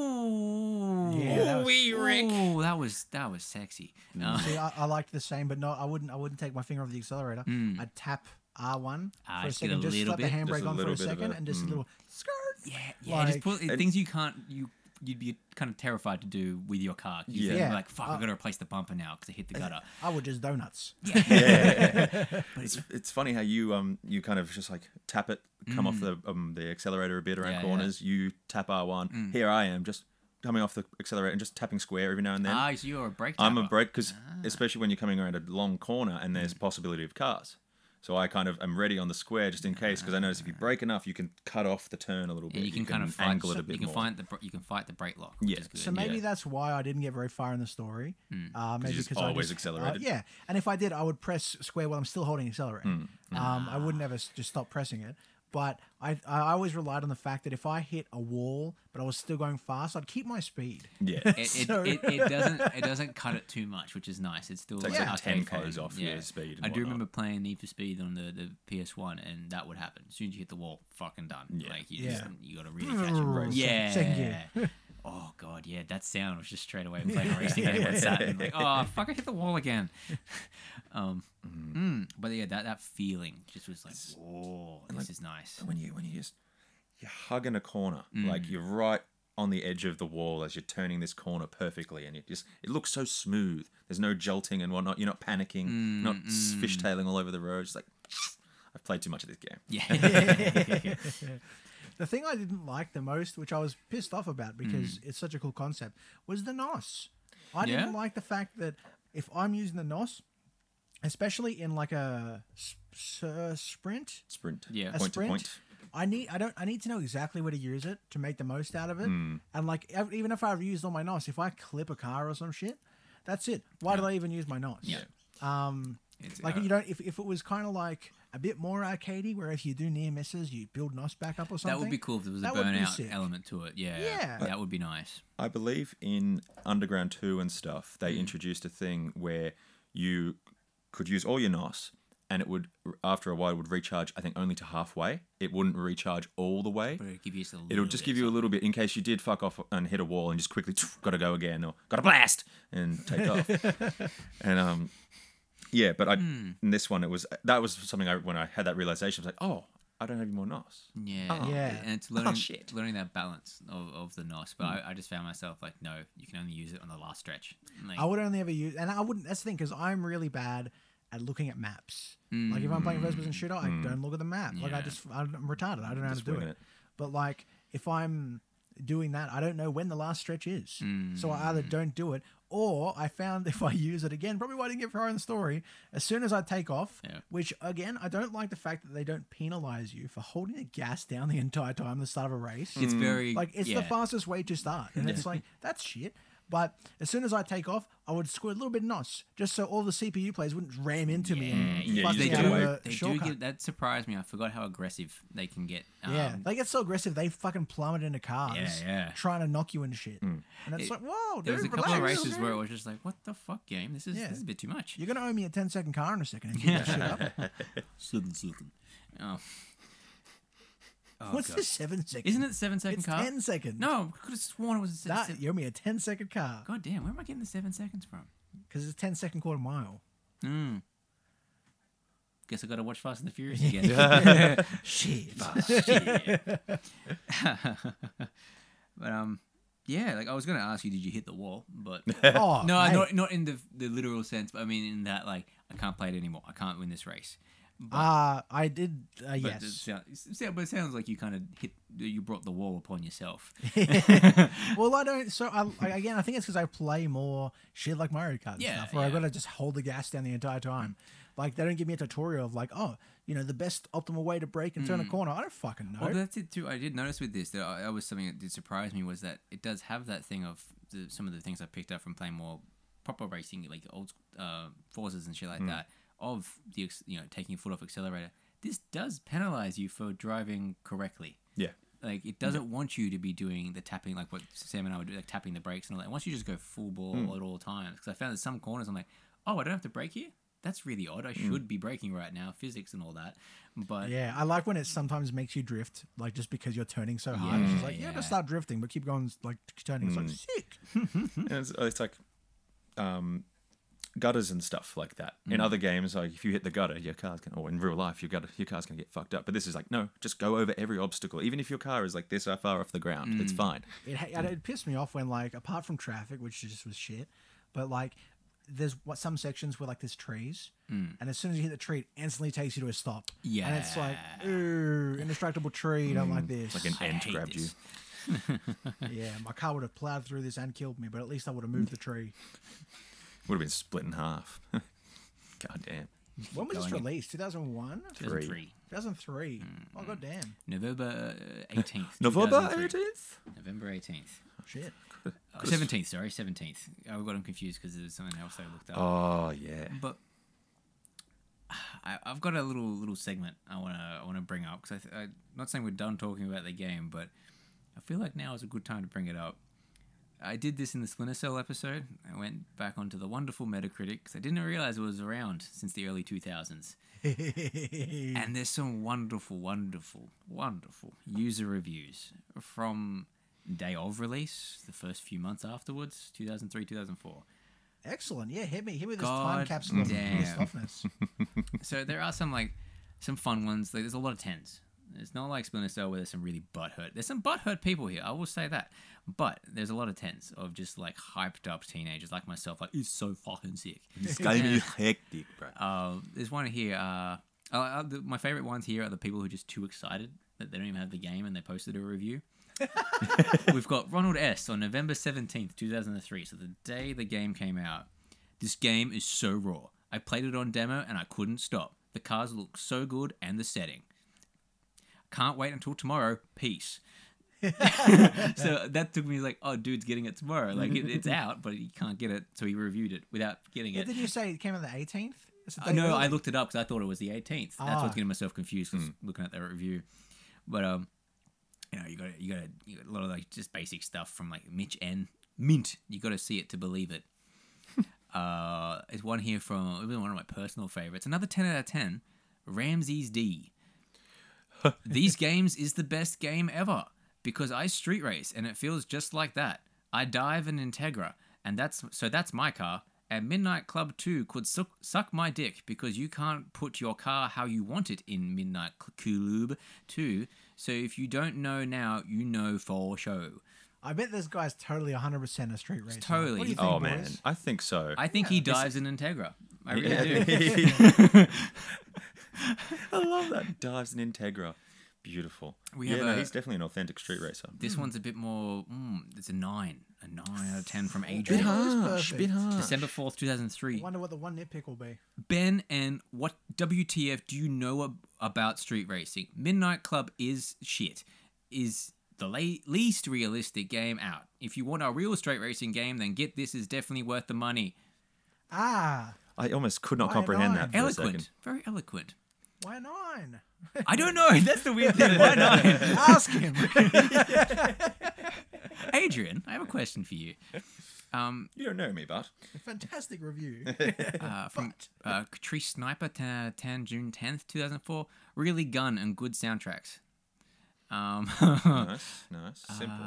Speaker 1: Ooh,
Speaker 2: Yeah, that was-
Speaker 1: wee, Rick. Ooh, that was that was sexy. Uh,
Speaker 2: Mm. See, I, I liked the same, but no, I wouldn't. I wouldn't take my finger off the accelerator. I'd tap R one
Speaker 1: Ah,
Speaker 2: for a
Speaker 1: just get
Speaker 2: second,
Speaker 1: a
Speaker 2: just
Speaker 1: little
Speaker 2: slap the
Speaker 1: bit,
Speaker 3: just
Speaker 2: handbrake
Speaker 3: a
Speaker 2: on for
Speaker 3: little
Speaker 2: a
Speaker 3: bit of
Speaker 2: second,
Speaker 3: a-
Speaker 2: and just a little skirt.
Speaker 1: yeah, yeah, just
Speaker 2: Like-
Speaker 1: put, things you can't you you'd be kind of terrified to do with your car. You
Speaker 3: Yeah.
Speaker 1: think,
Speaker 2: Yeah. Uh,
Speaker 1: like fuck, I got to replace the bumper now because I hit the gutter.
Speaker 2: I would just donuts.
Speaker 3: it's, it's funny how you um you kind of just like tap it, come off the um the accelerator a bit around
Speaker 1: Mm. Yeah, Mm. yeah.
Speaker 3: corners. You tap R one. Here I am, just coming off the accelerator and just tapping square every now and then.
Speaker 1: Ah, so you're a brake.
Speaker 3: I'm a
Speaker 1: tapper.
Speaker 3: break because especially when you're coming around a long corner and there's
Speaker 1: Mm.
Speaker 3: possibility of cars. So I kind of am ready on the square just in case because I notice if you break enough, you can cut off the turn a little bit.
Speaker 1: Ah. And you can, kind of fight,
Speaker 3: angle it a bit
Speaker 1: you can
Speaker 3: more.
Speaker 1: find the br- you can fight the brake lock.
Speaker 3: Yeah.
Speaker 1: Which is good.
Speaker 2: So maybe
Speaker 3: Yeah. Hmm.
Speaker 2: that's why I didn't get very far in the story. Uh, maybe
Speaker 3: just
Speaker 2: because
Speaker 3: always
Speaker 2: I just, uh,
Speaker 3: accelerated.
Speaker 2: yeah, and if I did, I would press square while I'm still holding accelerate.
Speaker 3: Hmm.
Speaker 2: Um, I would never s- just stop pressing it. But I, I always relied on the fact that if I hit a wall, but I was still going fast, I'd keep my speed.
Speaker 3: yeah.
Speaker 1: it, it,
Speaker 2: So-
Speaker 1: it, it doesn't it doesn't cut it too much, which is nice. It's still
Speaker 3: Takes like
Speaker 1: arcade
Speaker 3: 10
Speaker 1: fun.
Speaker 3: Ks off your speed and
Speaker 1: I do
Speaker 3: whatnot.
Speaker 1: remember playing Need for Speed on the, the PS One, and that would happen as soon as you hit the wall. Fucking done. Like you just
Speaker 2: Yeah.
Speaker 1: you got to really catch it.
Speaker 2: Right.
Speaker 1: Yeah.
Speaker 2: Second gear.
Speaker 1: oh god, yeah. That sound was just straight away playing a racing game on Saturn. Like oh fuck, I hit the wall again. um, mm, but yeah, that that feeling just was like, whoa, this is nice.
Speaker 3: when you when you just Mm. you're hugging a corner, like you're right on the edge of the wall as you're turning this corner perfectly, and it just it looks so smooth. There's no jolting and whatnot. You're not panicking, not s fishtailing all over the road. It's like I've played too much of this game.
Speaker 1: Yeah.
Speaker 2: The thing I didn't like the most, which I was pissed off about because
Speaker 3: Hmm.
Speaker 2: it's such a cool concept, was the NOS. I didn't
Speaker 1: Yeah?
Speaker 2: like the fact that if I'm using the NOS, especially in like a s- s- uh, sprint,
Speaker 3: Sprint,
Speaker 1: Yeah. A
Speaker 3: point
Speaker 2: sprint,
Speaker 3: to point.
Speaker 2: I need I don't I need to know exactly where to use it to make the most out of it.
Speaker 1: Hmm.
Speaker 2: And like ev- even if I've used all my NOS, if I clip a car or some shit, that's it. Why did I even use my NOS?
Speaker 1: Yeah.
Speaker 2: Um,
Speaker 1: It's-
Speaker 2: like
Speaker 1: uh,
Speaker 2: you don't if, if it was kind of like a bit more arcadey, where if you do near misses, you build NOS back up or something.
Speaker 1: That would be cool if there was a
Speaker 2: That would be
Speaker 1: burnout
Speaker 2: sick.
Speaker 1: element to it. Yeah,
Speaker 2: Yeah.
Speaker 1: that would be nice.
Speaker 3: I believe in Underground 2 and stuff, they introduced a thing where you could use all your NOS and it would, after a while, it would recharge, I think, only to halfway. It wouldn't recharge all the way.
Speaker 1: But it'd give you just a little
Speaker 3: It'll just
Speaker 1: bit.
Speaker 3: give you a little bit in case you did fuck off and hit a wall and just quickly got to go again or got to blast and take off. And um,
Speaker 1: Hmm.
Speaker 3: yeah, but I in this one it was that was something I when I had that realization I was like, oh, I don't have any more NOS.
Speaker 1: Yeah,
Speaker 3: Oh.
Speaker 2: Yeah.
Speaker 1: And it's learning,
Speaker 3: shit.
Speaker 1: learning that balance of, of the NOS. But
Speaker 3: Mm.
Speaker 1: I, I just found myself like, no, you can only use it on the last stretch. Like,
Speaker 2: I would only ever use, and I wouldn't. That's the thing, because I'm really bad at looking at maps. Like if I'm playing first person shooter, I don't look at the map. Like I
Speaker 1: Mm. Yeah.
Speaker 2: just, I'm retarded. I don't know how to
Speaker 3: Mm. Just
Speaker 2: do
Speaker 3: wing
Speaker 2: it.
Speaker 3: it.
Speaker 2: But like if I'm doing that, I don't know when the last stretch is. So I
Speaker 1: Mm.
Speaker 2: either don't do it, or I found if I use it again, probably why I didn't get far in the story. As soon as I take off,
Speaker 1: Yeah.
Speaker 2: which again, I don't like the fact that they don't penalize you for holding the gas down the entire time the start of a race.
Speaker 3: Mm.
Speaker 1: it's very
Speaker 2: Like it's the
Speaker 1: yeah.
Speaker 2: fastest way to start, and it's like that's shit. But as soon as I take off, I would squirt a little bit of nos just so all the CPU players wouldn't ram into me. And
Speaker 1: Yeah,
Speaker 3: fuck
Speaker 1: they
Speaker 3: me
Speaker 1: do.
Speaker 3: up.
Speaker 2: Uh,
Speaker 1: They do
Speaker 2: shortcut.
Speaker 1: get that surprised me. I forgot how aggressive they can get. Um,
Speaker 2: yeah, they get so aggressive they fucking plummet into cars,
Speaker 1: Yeah, yeah. Mm.
Speaker 2: trying to knock you and shit. And it's
Speaker 1: It-
Speaker 2: like, whoa,
Speaker 1: there was a
Speaker 2: dude, relax.
Speaker 1: couple of races where it was just like, what the fuck, game? This is
Speaker 2: Yeah.
Speaker 1: this is a bit too much.
Speaker 2: You're gonna owe me a 10 second car in a second. If you get that shit up.
Speaker 1: Seven second. Oh. Oh,
Speaker 2: What's
Speaker 1: God.
Speaker 2: this seven second?
Speaker 1: Isn't it seven second
Speaker 2: It's
Speaker 1: car?
Speaker 2: 10 seconds.
Speaker 1: No, I could have sworn it was. a se-
Speaker 2: That,
Speaker 1: se-
Speaker 2: you owe me a 10 second car
Speaker 1: God damn, where am I getting the seven seconds from?
Speaker 2: because it's 10 second quarter mile.
Speaker 1: Guess I got to watch Fast and the Furious again. Oh,
Speaker 2: Shit.
Speaker 1: but um, yeah, like I was gonna ask you, did you hit the wall? But
Speaker 2: oh,
Speaker 1: no,
Speaker 2: mate.
Speaker 1: not not in the the literal sense. But I mean in that like I can't play it anymore. I can't win this race.
Speaker 2: Uh, I did. Uh,
Speaker 1: But it
Speaker 2: yes.
Speaker 1: sound- it sound- but it sounds like you kind of hit, you brought the wall upon yourself.
Speaker 2: Well, I don't. So um, I, I- again, I think it's because I play more shit like Mario Kart and
Speaker 1: Yeah,
Speaker 2: stuff, where I
Speaker 1: yeah.
Speaker 2: gotta just hold the gas down the entire time. Like they don't give me a tutorial of like, oh, you know, the best optimal way to brake and turn a corner. I don't fucking know.
Speaker 1: Mm. Well, that's it too. I did notice with this that I, that was something that did surprise me was that it does have that thing of the, some of the things I picked up from playing more proper racing, like old uh, forces and shit like that, of the ex- you know taking your foot off accelerator. This does penalize you for driving correctly.
Speaker 3: Yeah.
Speaker 1: Like it doesn't want you to be doing the tapping, like what Sam and I were doing, like tapping the brakes and all that. Once you just go full ball at all times, because I found that some corners I'm like, oh, I don't have to brake here. That's really odd. I should be braking right now, physics and all that. But
Speaker 2: Yeah, I like when it sometimes makes you drift, like just because you're turning so hard. It's just like, yeah,
Speaker 1: yeah. Mm.
Speaker 2: but start drifting, but keep going, like turning. It's like sick.
Speaker 1: Hmm.
Speaker 3: And it's, it's like um, gutters and stuff like that.
Speaker 1: Hmm.
Speaker 3: In other games, like if you hit the gutter, your car's gonna. Or in real life, your gutter, your car's gonna get fucked up. But this is like, no, just go over every obstacle, even if your car is like this far off the ground.
Speaker 1: Hmm.
Speaker 3: It's fine.
Speaker 2: It ha- and it pissed me off when like apart from traffic, which just was shit, but like there's what some sections where like there's trees,
Speaker 1: Mm.
Speaker 2: and as soon as you hit the tree, it instantly takes you to a stop. and it's like ooh, indestructible tree. Don't
Speaker 1: Mm.
Speaker 2: like this.
Speaker 3: Like an
Speaker 1: I
Speaker 3: ant
Speaker 1: hate
Speaker 3: grabbed you.
Speaker 1: this.
Speaker 2: yeah, my car would have plowed through this and killed me, but at least I would have moved the tree.
Speaker 3: Would have been split in half. God damn.
Speaker 2: When was this
Speaker 1: Going in.
Speaker 2: released? Two thousand one,
Speaker 1: Three. Mm.
Speaker 2: two thousand three. Oh goddamn,
Speaker 1: November uh, eighteenth.
Speaker 3: November eighteenth.
Speaker 1: November eighteenth. Oh,
Speaker 2: shit.
Speaker 1: Seventeenth. Sorry, seventeenth. I got him confused because there was something else I looked up.
Speaker 3: Oh yeah.
Speaker 1: But I, I've got a little little segment I want to I want to bring up because I, th- I'm not saying we're done talking about the game, but I feel like now is a good time to bring it up. I did this in the Splinter Cell episode. I went back onto the wonderful Metacritic 'cause I didn't realize it was around since the early 2000s. and there's some wonderful, wonderful, wonderful user reviews from day of release, the first few months afterwards, 2003, 2004.
Speaker 2: Excellent. Yeah, hit me. Hit me with this time
Speaker 1: God
Speaker 2: capsule of
Speaker 1: damn.
Speaker 2: pissed offness.
Speaker 1: So there are some like some fun ones. Like, there's a lot of tens. It's not like Splinter Cell where there's some really butthurt. There's some butthurt people here. I will say that, but there's a lot of tens of just like hyped up teenagers like myself. Like it's so fucking sick.
Speaker 3: This game is hectic, bro.
Speaker 1: Uh, there's one here. Uh, uh, uh, the, my favorite ones here are the people who are just too excited that they don't even have the game and they posted a review. We've got Ronald S. on November 17th, 2003, so the day the game came out. This game is so raw. I played it on demo and I couldn't stop. The cars look so good and the setting. Can't wait until tomorrow. Peace. so that took me like, oh, dude's getting it tomorrow. Like it, it's out, but he can't get it, so he reviewed it without getting
Speaker 2: Yeah,
Speaker 1: it.
Speaker 2: did you say it came on the 18th? It's the
Speaker 1: Uh,
Speaker 2: day
Speaker 1: no, I
Speaker 2: early.
Speaker 1: looked it up because I thought it was the 18th. That's
Speaker 2: Ah.
Speaker 1: what's getting myself confused 'cause looking at that review. But um, you know, you got you got you got a lot of like just basic stuff from like Mitch N. Mint. You got to see it to believe it. uh, there's one here from it was one of my personal favorites. Another 10 out of 10. Ramses D. These games is the best game ever because I street race and it feels just like that. I dive in Integra and that's so that's my car And Midnight Club 2 could suck, suck my dick because you can't put your car how you want it in Midnight Cl- Club 2. So if you don't know now, you know for show.
Speaker 2: I bet this guy's totally 100% a street racer.
Speaker 1: totally.
Speaker 2: What do you think,
Speaker 3: Oh
Speaker 2: boys?
Speaker 3: man, I think so.
Speaker 1: I think he dives in Integra. I really do.
Speaker 3: I love that. Dives in Integra. Beautiful.
Speaker 1: We
Speaker 3: yeah,
Speaker 1: have
Speaker 3: no,
Speaker 1: a-
Speaker 3: he's definitely an authentic street racer.
Speaker 1: This one's a bit more. Mm, it's a nine, a nine out of ten from
Speaker 2: Bit
Speaker 1: Adrian.
Speaker 2: harsh, bit
Speaker 3: harsh.
Speaker 1: December fourth, two thousand three.
Speaker 2: Wonder what the one nitpick will be.
Speaker 1: Ben and what WTF do you know ab- about street racing? Midnight Club is shit. Is the la- least realistic game out. If you want a real street racing game, then get this is definitely worth the money.
Speaker 2: Ah,
Speaker 3: I almost could not
Speaker 2: Why
Speaker 3: comprehend
Speaker 2: nine?
Speaker 3: that for a
Speaker 1: Eloquent,
Speaker 3: second.
Speaker 1: very eloquent.
Speaker 2: why nine?
Speaker 1: I don't know. That's the weird thing. Why not?
Speaker 2: Ask him.
Speaker 1: Adrian, I have a question for you. Um,
Speaker 3: You don't know me, but
Speaker 2: Fantastic review.
Speaker 1: uh, from uh, Catrice Sniper, 10, 10 June 10th, 2004. Really gun and good soundtracks. Um,
Speaker 3: nice, nice,
Speaker 1: Uh,
Speaker 3: simple,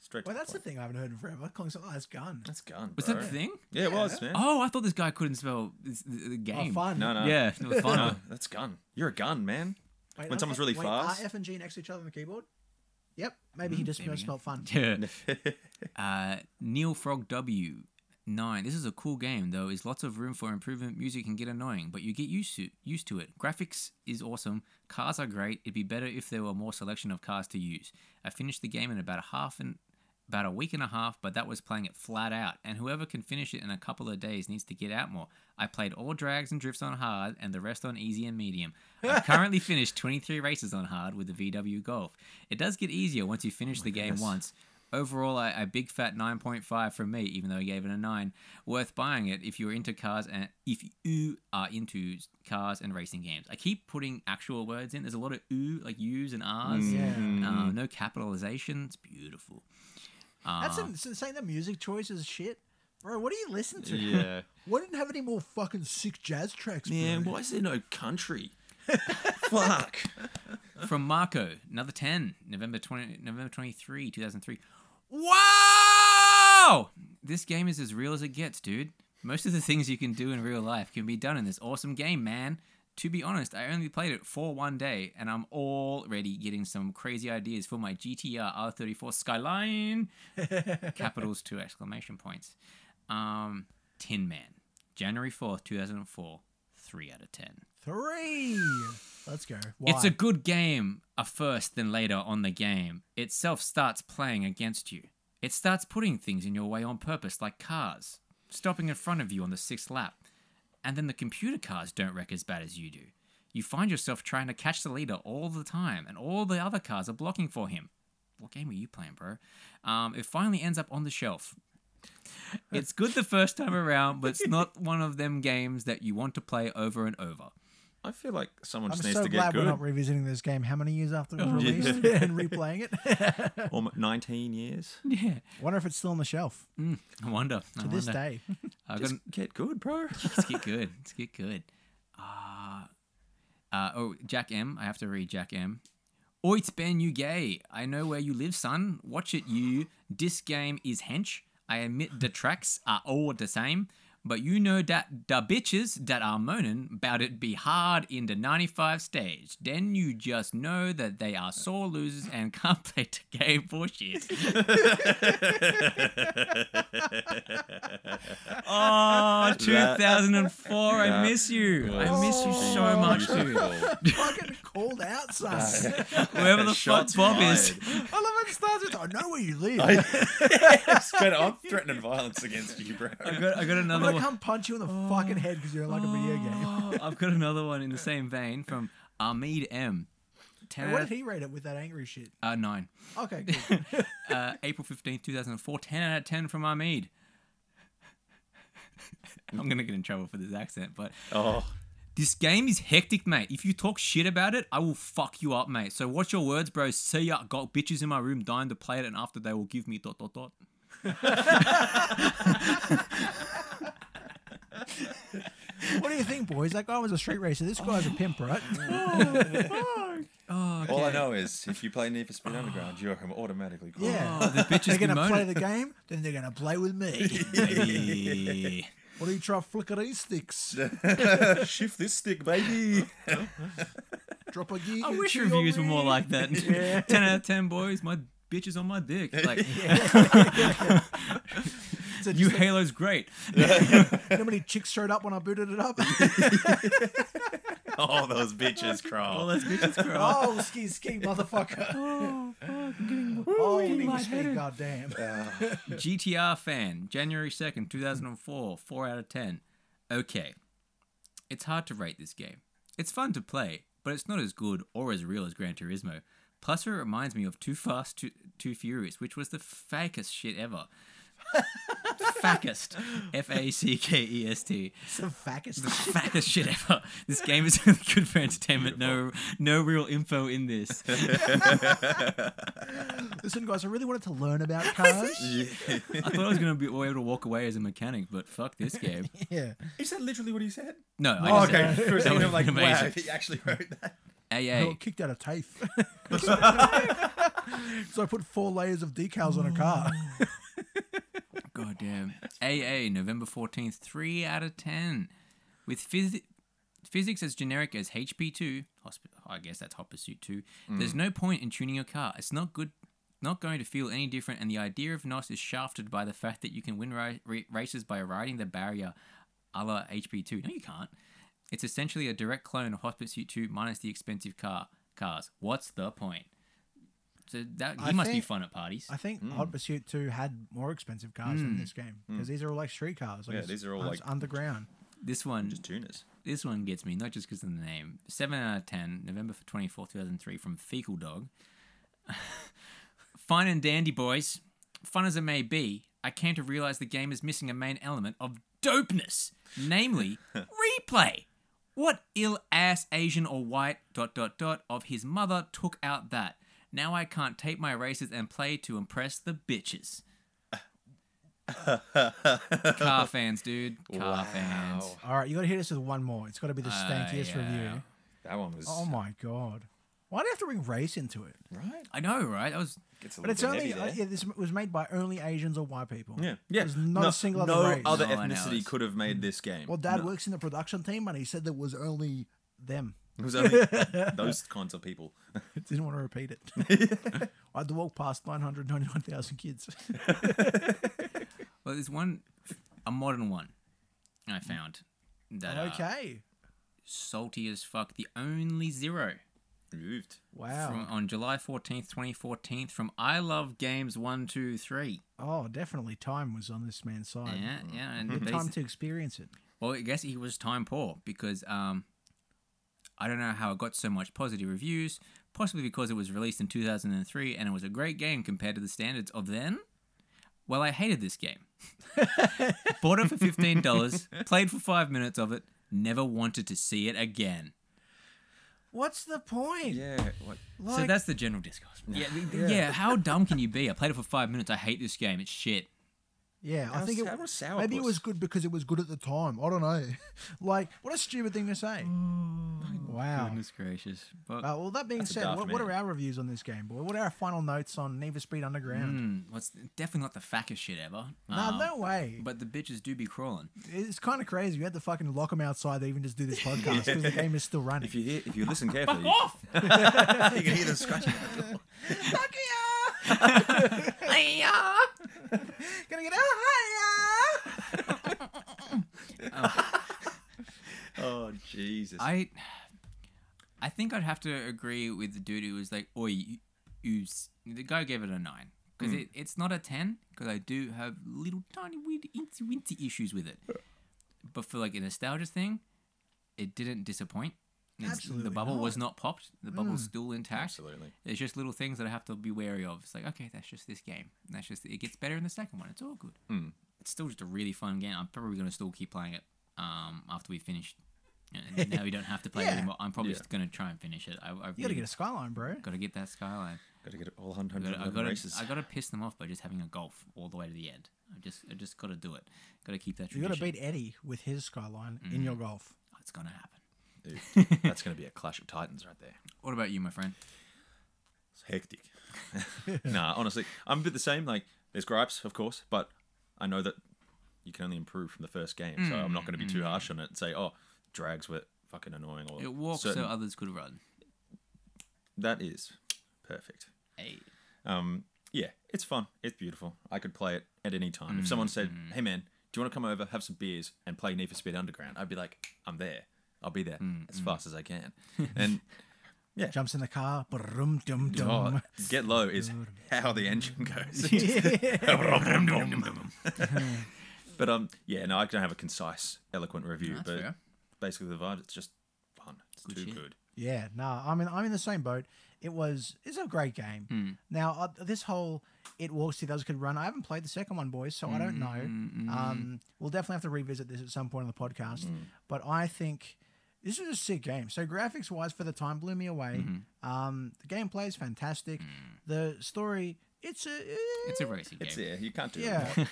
Speaker 3: straight.
Speaker 2: Well,
Speaker 3: to
Speaker 2: that's the
Speaker 3: the point.
Speaker 2: thing I haven't heard in forever. Calling something that's gun.
Speaker 3: That's gun.
Speaker 1: was
Speaker 3: bro.
Speaker 1: that the thing?
Speaker 3: Yeah, it was, man.
Speaker 1: Oh, I thought this guy couldn't spell this, the, the
Speaker 2: Oh,
Speaker 1: game.
Speaker 2: fun.
Speaker 3: No, no.
Speaker 1: Yeah, it was fun.
Speaker 3: No, that's gun. You're a gun, man.
Speaker 2: Wait,
Speaker 3: when
Speaker 2: are-
Speaker 3: someone's really
Speaker 2: wait,
Speaker 3: fast. Mm,
Speaker 2: Are F and G next to each other on the keyboard? Yep. Maybe he just
Speaker 1: maybe.
Speaker 2: misspelled fun.
Speaker 1: Yeah. uh, Neil Frog W. Nine. This is a cool game though. Is lots of room for improvement. Music can get annoying, but you get used to used to it. Graphics is awesome. Cars are great. It'd be better if there were more selection of cars to use. I finished the game in about a half and about a week and a half, but that was playing it flat out. And whoever can finish it in a couple of days needs to get out more. I played all drags and drifts on hard, and the rest on easy and medium. I've currently finished 23 races on hard with the VW Golf. It does get easier once you finish the game once. Overall, a, a big fat 9.5 from me, even though I gave it a 9. Worth buying it if you're into cars and if you are into cars and racing games. I keep putting actual words in. There's a lot of ooh, like U's and R's. Uh, no capitalization. It's beautiful.
Speaker 2: That's in- so saying the music choice is shit. Bro, what do you listen to?
Speaker 3: Yeah.
Speaker 2: Why didn't have any more fucking sick jazz tracks, bro?
Speaker 3: Man, why is there no country? Fuck.
Speaker 1: From Marco, another 10, November 20, November 23, 2003. Wow! This game is as real as it gets, dude. Most of the things you can do in real life can be done in this awesome game, man. To be honest, I only played it for one day, and I'm already getting some crazy ideas for my GTR R34 Skyline. Capitals two exclamation points. Um, Tin Man, January 4th, 2004, 3 out of 10.
Speaker 2: Three. Let's go. Why?
Speaker 1: It's a good game, a first, then later on the game. Itself starts playing against you. It starts putting things in your way on purpose, like cars, stopping in front of you on the sixth lap. And then the computer cars don't wreck as bad as you do. You find yourself trying to catch the leader all the time, and all the other cars are blocking for him. What game are you playing, bro? Um, it finally ends up on the shelf. It's good the first time around, but it's not one of them games that you want to play over and over.
Speaker 3: I feel like someone
Speaker 2: I'm
Speaker 3: just needs
Speaker 2: so
Speaker 3: to get
Speaker 2: glad we're
Speaker 3: good.
Speaker 2: not revisiting this game how many years after it was
Speaker 3: yeah.
Speaker 2: released and replaying it.
Speaker 3: Almo- 19 years.
Speaker 1: Yeah,
Speaker 2: Wonder if it's still on the shelf
Speaker 1: I wonder. Mm, I
Speaker 2: to this
Speaker 1: wonder.
Speaker 2: day.
Speaker 1: I got
Speaker 3: Just get good, bro.
Speaker 1: Let's get good. Let's get good. Uh, uh, oh, Jack M. I have to read Jack M. Oit Ben, you gay. I know where you live, son. Watch it, you. This game is hench. I admit the tracks are all the same, but you know that the bitches that are moaning about it be hard in the 95 stage. Then you just know that they are sore losers and can't play the game bullshit. oh, 2004, I miss you. I miss you
Speaker 3: Oh.
Speaker 1: so much, dude.
Speaker 2: Fucking called out, sus. I
Speaker 1: Whoever the fuck
Speaker 3: Shots
Speaker 1: Bob is.
Speaker 2: love when it starts with, I know where you live. I,
Speaker 3: fired. Straight up, I'm threatening violence against you, bro.
Speaker 1: I got, I got
Speaker 2: am
Speaker 1: another
Speaker 2: going to
Speaker 1: one.
Speaker 2: come punch you in the fucking head because you're like a video game.
Speaker 1: Oh, I've got another one in the same vein from Ahmed M. 10
Speaker 2: And what
Speaker 1: out
Speaker 2: did
Speaker 1: of,
Speaker 2: he rate it with that angry shit?
Speaker 1: uh, 9.
Speaker 2: Okay, good.
Speaker 1: Uh, April 15th, 2004. 10 out of 10 from Ahmed. I'm going to get in trouble for this accent, but
Speaker 3: Oh,
Speaker 1: this game is hectic, mate. If you talk shit about it, I will fuck you up, mate. So watch your words, bro. See ya. Got bitches in my room dying to play it, and after they will give me dot dot dot.
Speaker 2: what do you think, boys? That guy was a street racer. This guy's a pimp, right?
Speaker 1: Oh.
Speaker 3: all I know is if you play Need for Speed Underground, you're automatically cool.
Speaker 2: Yeah.
Speaker 1: Oh, The bitches
Speaker 2: they're
Speaker 1: be
Speaker 2: going to
Speaker 1: moaning.
Speaker 2: play the game, then they're going to play with me.
Speaker 1: Baby.
Speaker 2: What do you try flicker these sticks?
Speaker 3: Shift this stick, baby.
Speaker 2: Drop a gig.
Speaker 1: I
Speaker 2: and
Speaker 1: wish
Speaker 2: chew your
Speaker 1: reviews were
Speaker 2: weed.
Speaker 1: more like that. ten out of ten, boys. My bitch is on my dick. Like
Speaker 2: It's a-
Speaker 1: new
Speaker 2: it's a-
Speaker 1: Halo's great.
Speaker 2: you know how many chicks showed up when I booted it up?
Speaker 3: All Oh, those bitches
Speaker 1: All
Speaker 3: crawl.
Speaker 1: those bitches cry.
Speaker 2: oh, ski, ski, motherfucker.
Speaker 1: Oh, fuck, I'm getting
Speaker 2: Holy
Speaker 1: lightheaded.
Speaker 2: speak, goddamn.
Speaker 1: GTR fan, January 2nd, 2004, 4 out of 10. Okay. It's hard to rate this game. It's fun to play, but it's not as good or as real as Gran Turismo. Plus, it reminds me of Too Fast, Too, Too Furious, which was the fakest shit ever. Fackest. F A C K E S T.
Speaker 2: Some faggot's
Speaker 1: The fattest shit ever. This game is only good for entertainment. No, no real info in this.
Speaker 2: Listen, guys, I really wanted to learn about cars.
Speaker 1: I thought I was gonna be able to walk away as a mechanic, but fuck this game.
Speaker 2: yeah.
Speaker 3: Is that literally what he said?
Speaker 1: No, I
Speaker 3: Oh,
Speaker 1: just
Speaker 3: okay. For a second,
Speaker 1: would've
Speaker 3: I'm like,
Speaker 1: been
Speaker 3: wow,
Speaker 1: amazing.
Speaker 3: he actually wrote that.
Speaker 2: I
Speaker 1: AA.
Speaker 2: got Oh, kicked out of TAFE. so I put four layers of decals on a car.
Speaker 1: Oh. God damn. AA, November 14th, 3 out of 10. With phys- physics as generic as HP2, hospi- I guess that's Hot Pursuit 2,
Speaker 2: Mm.
Speaker 1: there's no point in tuning your car. It's not good. Not going to feel any different, and the idea of NOS is shafted by the fact that you can win ri- ra- races by riding the barrier a la HP2. No, you can't. It's essentially a direct clone of Hot Pursuit 2 minus the expensive car cars. What's the point? So that he
Speaker 2: I
Speaker 1: must be
Speaker 2: think-
Speaker 1: fun at parties.
Speaker 2: I think
Speaker 3: Hmm.
Speaker 2: Hot Pursuit 2 had more expensive cars
Speaker 1: Hmm.
Speaker 2: than this game because these are all like street cars. Like
Speaker 3: Yeah,
Speaker 2: it's-
Speaker 3: these are all,
Speaker 2: it's
Speaker 3: like-
Speaker 2: underground.
Speaker 1: this one
Speaker 3: Just tuners.
Speaker 1: this one gets me, not just because of the name. 7 out of 10, November 24, 2003, from Fecal Dog. Fine and dandy, boys. Fun as it may be, I came to realize the game is missing a main element of dopeness, namely replay. What ill ass Asian or white dot dot dot of his mother took out that? Now I can't tape my races and play to impress the bitches. Car fans, dude. Car fans.
Speaker 2: All right, you got to hit us with one more. It's got to be the
Speaker 3: Ah,
Speaker 2: stankiest
Speaker 1: yeah.
Speaker 2: review.
Speaker 3: That one was
Speaker 2: Oh my god. Why do you have to bring race into it?
Speaker 3: right.
Speaker 1: I know, right? That was
Speaker 3: Gets a
Speaker 2: But it's
Speaker 3: little bit
Speaker 2: only
Speaker 3: heavy
Speaker 2: uh,
Speaker 3: there.
Speaker 2: yeah, this was made by only Asians or white people.
Speaker 3: Yeah, yeah.
Speaker 2: There's not a single other
Speaker 3: no
Speaker 2: race.
Speaker 3: other
Speaker 1: No one
Speaker 3: ethnicity
Speaker 1: else.
Speaker 3: could have made this game.
Speaker 2: Well, Dad works in the production team, and he said there was only them.
Speaker 3: It was only those kinds of people.
Speaker 2: Didn't want to repeat it. I had to walk past 999,000 kids.
Speaker 1: Well, there's one, a modern one I found that okay.
Speaker 2: Mm. okay.
Speaker 1: salty as fuck. The only zero
Speaker 3: Moved.
Speaker 1: from,
Speaker 2: Wow.
Speaker 1: on July 14th, 2014 from I Love Games 123.
Speaker 2: Oh, definitely time was on this man's side.
Speaker 1: Yeah, yeah. And basi-
Speaker 2: uh, Time to experience it.
Speaker 1: well, I guess he was time poor because um, I don't know how it got so much positive reviews, possibly because it was released in 2003 and it was a great game compared to the standards of then. Well, I hated this game. Bought it for $15, played for five minutes of it, never wanted to see it again.
Speaker 2: What's the point?
Speaker 3: Yeah. What?
Speaker 2: Like,
Speaker 1: so that's the general discourse. Yeah, yeah. How dumb can you be? I played it for five minutes. I hate this game. It's shit.
Speaker 2: yeah, I
Speaker 3: How
Speaker 2: think it,
Speaker 3: sour- sour
Speaker 2: maybe it
Speaker 3: puss.
Speaker 2: was good because it was good at the time. I don't know. like, what a stupid thing to say.
Speaker 3: Mm.
Speaker 2: wow.
Speaker 1: gracious. But
Speaker 2: Uh, well, that being
Speaker 3: That's a
Speaker 2: said,
Speaker 3: daft
Speaker 2: what, what
Speaker 3: man.
Speaker 2: are our reviews on this game, boy? What are our final notes on Need for Speed Underground?
Speaker 1: mm, well, it's definitely not the fackest shit ever.
Speaker 2: Nah,
Speaker 1: Um,
Speaker 2: no way.
Speaker 1: But the bitches do be crawling.
Speaker 2: It's kind of crazy. We had to fucking lock them outside. They even just do this podcast because the game is still running.
Speaker 3: If you hear, if you listen carefully, you can hear them scratching. at the door.
Speaker 2: Gonna get out higher.
Speaker 3: Oh Jesus!
Speaker 1: I, I think I'd have to agree with the dude who was like, "Oi, you, you s-" the guy gave it a nine because it, it's not a ten because I do have little tiny weird incy wincy issues with it, but for like a nostalgia thing, it didn't disappoint. It's-
Speaker 2: Absolutely
Speaker 1: the bubble was not popped. The bubble's still intact.
Speaker 3: Absolutely.
Speaker 1: There's just little things that I have to be wary of. It's like, okay, that's just this game. That's just it gets better in the second one. It's all good. It's still just a really fun game. I'm probably gonna still keep playing it um, after we finish. And now we don't have to play it
Speaker 2: Yeah.
Speaker 1: anymore. I'm probably
Speaker 3: Yeah.
Speaker 1: just gonna try and finish it. I, I
Speaker 2: You gotta get a skyline, bro.
Speaker 1: gotta get that skyline.
Speaker 3: Gotta get all
Speaker 1: I
Speaker 3: 100
Speaker 1: gotta, I, gotta,
Speaker 3: races.
Speaker 1: I gotta piss them off by just having a golf all the way to the end. I just I just gotta do it. Gotta keep that
Speaker 2: You
Speaker 1: tradition.
Speaker 2: gotta beat Eddie with his skyline in
Speaker 3: Mm.
Speaker 2: your golf.
Speaker 1: It's gonna happen.
Speaker 3: Dude, that's gonna be a clash of titans right there.
Speaker 1: What about you, my friend?
Speaker 3: It's hectic. nah, honestly, I'm a bit the same. Like, there's gripes, of course, but I know that you can only improve from the first game. So I'm not going to be too harsh on it and say, oh, drags were fucking annoying.
Speaker 2: Oh,
Speaker 3: Or
Speaker 1: Mm. It walked
Speaker 3: certain-
Speaker 1: so others could run.
Speaker 3: that is perfect.
Speaker 1: Hey.
Speaker 3: Um, yeah, it's fun. It's beautiful. I could play it at any time. If someone said,
Speaker 2: Mm.
Speaker 3: "Hey man, do you want to come over, have some beers, and play Need for Speed Underground?" I'd be like, "I'm there. I'll be there
Speaker 2: Mm,
Speaker 3: as fast as I can." and
Speaker 2: Jumps in the car. Brum dum
Speaker 3: oh,
Speaker 2: dum.
Speaker 3: get low is how the engine goes. but um, yeah, no, I don't have a concise, eloquent review,
Speaker 1: That's
Speaker 3: but
Speaker 1: fair.
Speaker 3: basically the vibe, it's just fun. It's too
Speaker 1: shit.
Speaker 3: good.
Speaker 2: Yeah, no, I'm in. I'm in the same boat. It was. It's a great game.
Speaker 1: Hmm.
Speaker 2: Now uh, this whole it walks the others could run. I haven't played the second one, boys, so I don't know.
Speaker 1: Mm,
Speaker 2: Um, we'll definitely have to revisit this at some point on the podcast.
Speaker 1: Mm.
Speaker 2: But I think this was a sick game. So graphics wise, for the time, blew me away.
Speaker 1: Mm-hmm.
Speaker 2: Um, the gameplay is fantastic. The story, it's a.
Speaker 1: Mm. It's a racing game.
Speaker 3: It's yeah, you can't do
Speaker 2: Yeah.
Speaker 3: it. more.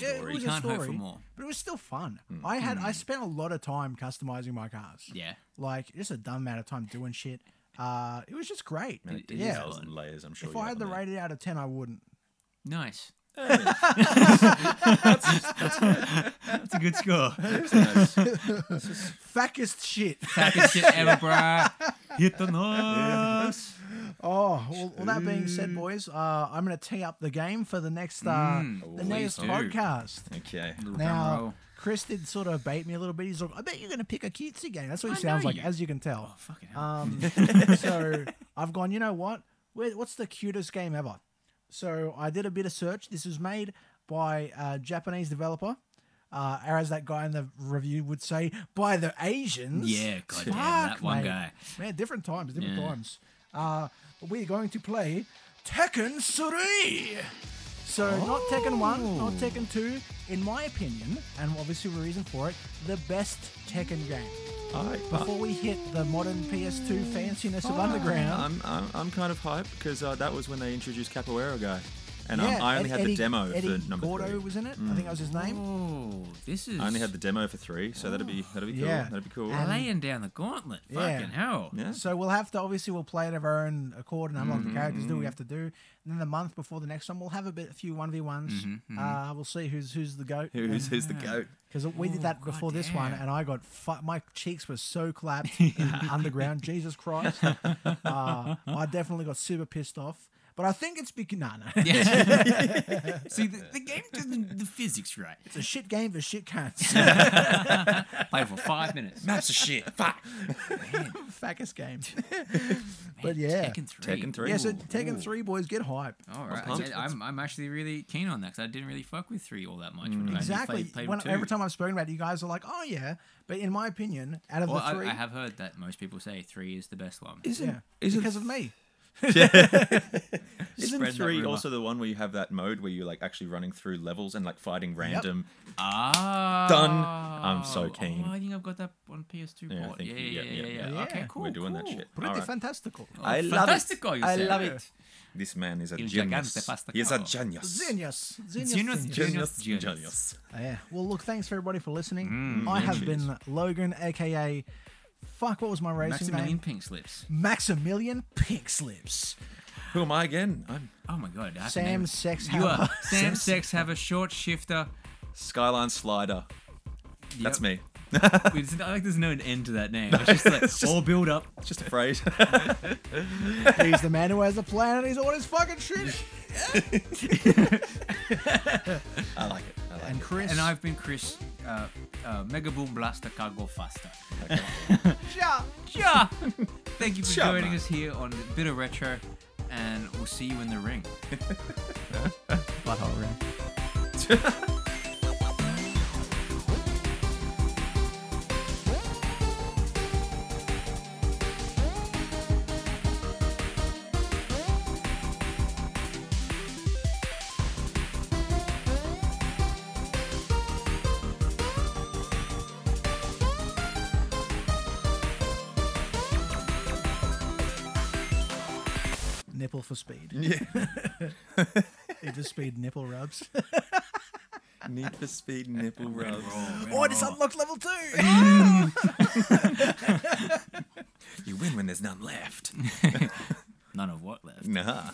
Speaker 2: Yeah, it
Speaker 3: story.
Speaker 2: was
Speaker 1: You
Speaker 2: a
Speaker 1: can't hope for
Speaker 2: story,
Speaker 1: more. Mm.
Speaker 2: But it was still fun. I had I spent a lot of time customizing my cars.
Speaker 1: Yeah.
Speaker 2: Like just a dumb amount of time doing shit. Uh, it was just great.
Speaker 3: And it did
Speaker 2: yeah.
Speaker 3: thousand layers. I'm sure.
Speaker 2: If
Speaker 3: you
Speaker 2: I
Speaker 3: have
Speaker 2: had
Speaker 3: on
Speaker 2: the
Speaker 3: there.
Speaker 2: rated out of ten, I wouldn't.
Speaker 1: Nice. that's, a good score.
Speaker 2: Fackest shit.
Speaker 1: Fattest shit ever, bruh. Hit the nose.
Speaker 2: Oh, well, all that being said, boys, uh, I'm gonna tee up the game for the next uh, the next
Speaker 1: Mm, do.
Speaker 2: podcast.
Speaker 3: Okay.
Speaker 1: Drum
Speaker 2: Now,
Speaker 1: roll.
Speaker 2: Chris did sort of bait me a little bit. He's like, "I bet you're gonna pick a cutesy game." That's what he
Speaker 1: I
Speaker 2: sounds
Speaker 1: know
Speaker 2: like,
Speaker 1: you- Oh,
Speaker 2: as you can tell.
Speaker 1: Fucking hell.
Speaker 2: Um, so I've gone, you know what? Where, what's the cutest game ever? So I did a bit of search. This was made by a Japanese developer, uh, or as that guy in the review would say, by the Asians.
Speaker 1: Yeah, goddamn, that
Speaker 2: Fuck,
Speaker 1: one
Speaker 2: mate.
Speaker 1: guy.
Speaker 2: Man, different times, different
Speaker 1: Yeah.
Speaker 2: times. Uh, but we're going to play Tekken 3. So not Tekken 1,
Speaker 3: Oh.
Speaker 2: not Tekken 2, in my opinion, and obviously the reason for it, the best Tekken game
Speaker 3: Hi.
Speaker 2: before we hit the modern PS2 fanciness
Speaker 3: Oh.
Speaker 2: of underground.
Speaker 3: I'm, I'm, I'm kind of hyped because uh, that was when they introduced Capoeira Guy. And um,
Speaker 2: Yeah,
Speaker 3: I only
Speaker 2: Ed-
Speaker 3: had
Speaker 2: Eddie-
Speaker 3: the demo
Speaker 2: Eddie
Speaker 3: for number
Speaker 2: Gordo
Speaker 3: three. Mm.
Speaker 2: was in it. I think that was his name.
Speaker 1: Oh, this is.
Speaker 3: I only had the demo for three, so that'd be that'd be cool.
Speaker 2: Yeah.
Speaker 3: That'd be cool.
Speaker 2: And-
Speaker 1: Laying down the gauntlet.
Speaker 2: Yeah.
Speaker 1: Fucking hell.
Speaker 3: yeah.
Speaker 2: So we'll have to obviously we'll play it of our own accord and unlock
Speaker 1: Mm-hmm,
Speaker 2: the characters. Do what we have to do? And then the month before the next one, we'll have a bit, a few one v ones.
Speaker 1: Mm-hmm,
Speaker 2: Uh, we'll see who's who's the goat.
Speaker 3: who's, who's the goat?
Speaker 2: Because we did that before this one,
Speaker 1: goddamn.
Speaker 2: and I got fu- my cheeks were so clapped underground. Jesus Christ! Uh, I definitely got super pissed off. But I think it's because nah, no.
Speaker 1: Yeah. See, the, the game doesn't. The physics right.
Speaker 2: it's a shit game for shit cats.
Speaker 1: Play for five minutes.
Speaker 3: Maps of shit. Fuck.
Speaker 2: Fackest game.
Speaker 1: Man,
Speaker 2: but yeah.
Speaker 1: Tekken 3.
Speaker 3: Tekken 3.
Speaker 2: Yeah, so
Speaker 3: Ooh.
Speaker 2: Tekken 3, boys, get hype.
Speaker 1: All right,
Speaker 3: pumped.
Speaker 1: I- I'm, I'm actually really keen on that because I didn't really fuck with three all that much. When I only
Speaker 2: Exactly.
Speaker 1: Played, played
Speaker 2: when,
Speaker 1: with two.
Speaker 2: every time I've spoken about it, you guys are like, oh, yeah. But in my opinion, out of
Speaker 1: well,
Speaker 2: the three,
Speaker 1: I, I have heard that most people say three is the best one.
Speaker 2: yeah,
Speaker 3: Isn't-
Speaker 2: because of me.
Speaker 3: Isn't
Speaker 1: Spread that
Speaker 3: three
Speaker 1: rumor.
Speaker 3: also the one where you have that mode where you're like actually running through levels and like fighting random?
Speaker 1: Ah,
Speaker 3: Done. I'm so keen.
Speaker 1: Oh, I think I've got that on PS2
Speaker 3: Yeah, I
Speaker 1: port.
Speaker 3: think
Speaker 1: Yeah,
Speaker 3: you-
Speaker 1: yeah,
Speaker 3: yeah,
Speaker 1: yeah,
Speaker 3: yeah,
Speaker 1: yeah,
Speaker 2: yeah.
Speaker 1: Okay,
Speaker 2: We're
Speaker 1: cool.
Speaker 3: We're doing that
Speaker 1: cool.
Speaker 3: shit.
Speaker 2: Pretty
Speaker 3: All right. Oh.
Speaker 2: fantastical.
Speaker 3: I love it.
Speaker 1: Fantastico, you
Speaker 3: I
Speaker 1: said.
Speaker 3: love it. This man is a
Speaker 1: Il
Speaker 3: genius.
Speaker 1: gigante pasta
Speaker 3: He's a
Speaker 1: cavolo.
Speaker 3: genius.
Speaker 2: Genius. Genius.
Speaker 1: Genius,
Speaker 2: genius.
Speaker 1: genius.
Speaker 3: Genius.
Speaker 1: Genius.
Speaker 3: Genius.
Speaker 2: Uh, yeah. Well, look, thanks for everybody for listening. I have
Speaker 3: cheers.
Speaker 2: been Logan, aka. Fuck, what was my racing
Speaker 1: Maximilian
Speaker 2: name?
Speaker 1: Pink Slips.
Speaker 2: Maximilian Pink Slips.
Speaker 3: Who am I again? I'm
Speaker 1: Oh my god. I have to
Speaker 2: Sam
Speaker 1: name it.
Speaker 2: Sex
Speaker 1: You are Sam Sex have a short shifter.
Speaker 3: Skyline Slider. That's
Speaker 1: Yep.
Speaker 3: me.
Speaker 1: We just- I like there's no end to that name. It's just like all build up.
Speaker 3: It's just a phrase.
Speaker 2: He's the man who has the plan and he's all his fucking shit.
Speaker 3: I like it. I like
Speaker 2: And Chris.
Speaker 1: And I've been Chris. Uh, uh, Mega Boom Blaster Cargo Faster.
Speaker 2: Yeah.
Speaker 1: Yeah. Thank you for
Speaker 3: Ciao,
Speaker 1: joining
Speaker 3: mate.
Speaker 1: us here on Bitter Retro, and we'll see you in the ring.
Speaker 2: Butthole ring. Nipple for speed.
Speaker 3: it. Yeah.
Speaker 2: Need for speed nipple rubs.
Speaker 3: Need for Speed nipple rubs.
Speaker 2: oh, I just unlocked level two.
Speaker 3: You win when there's none left.
Speaker 1: None of what left.
Speaker 3: nah.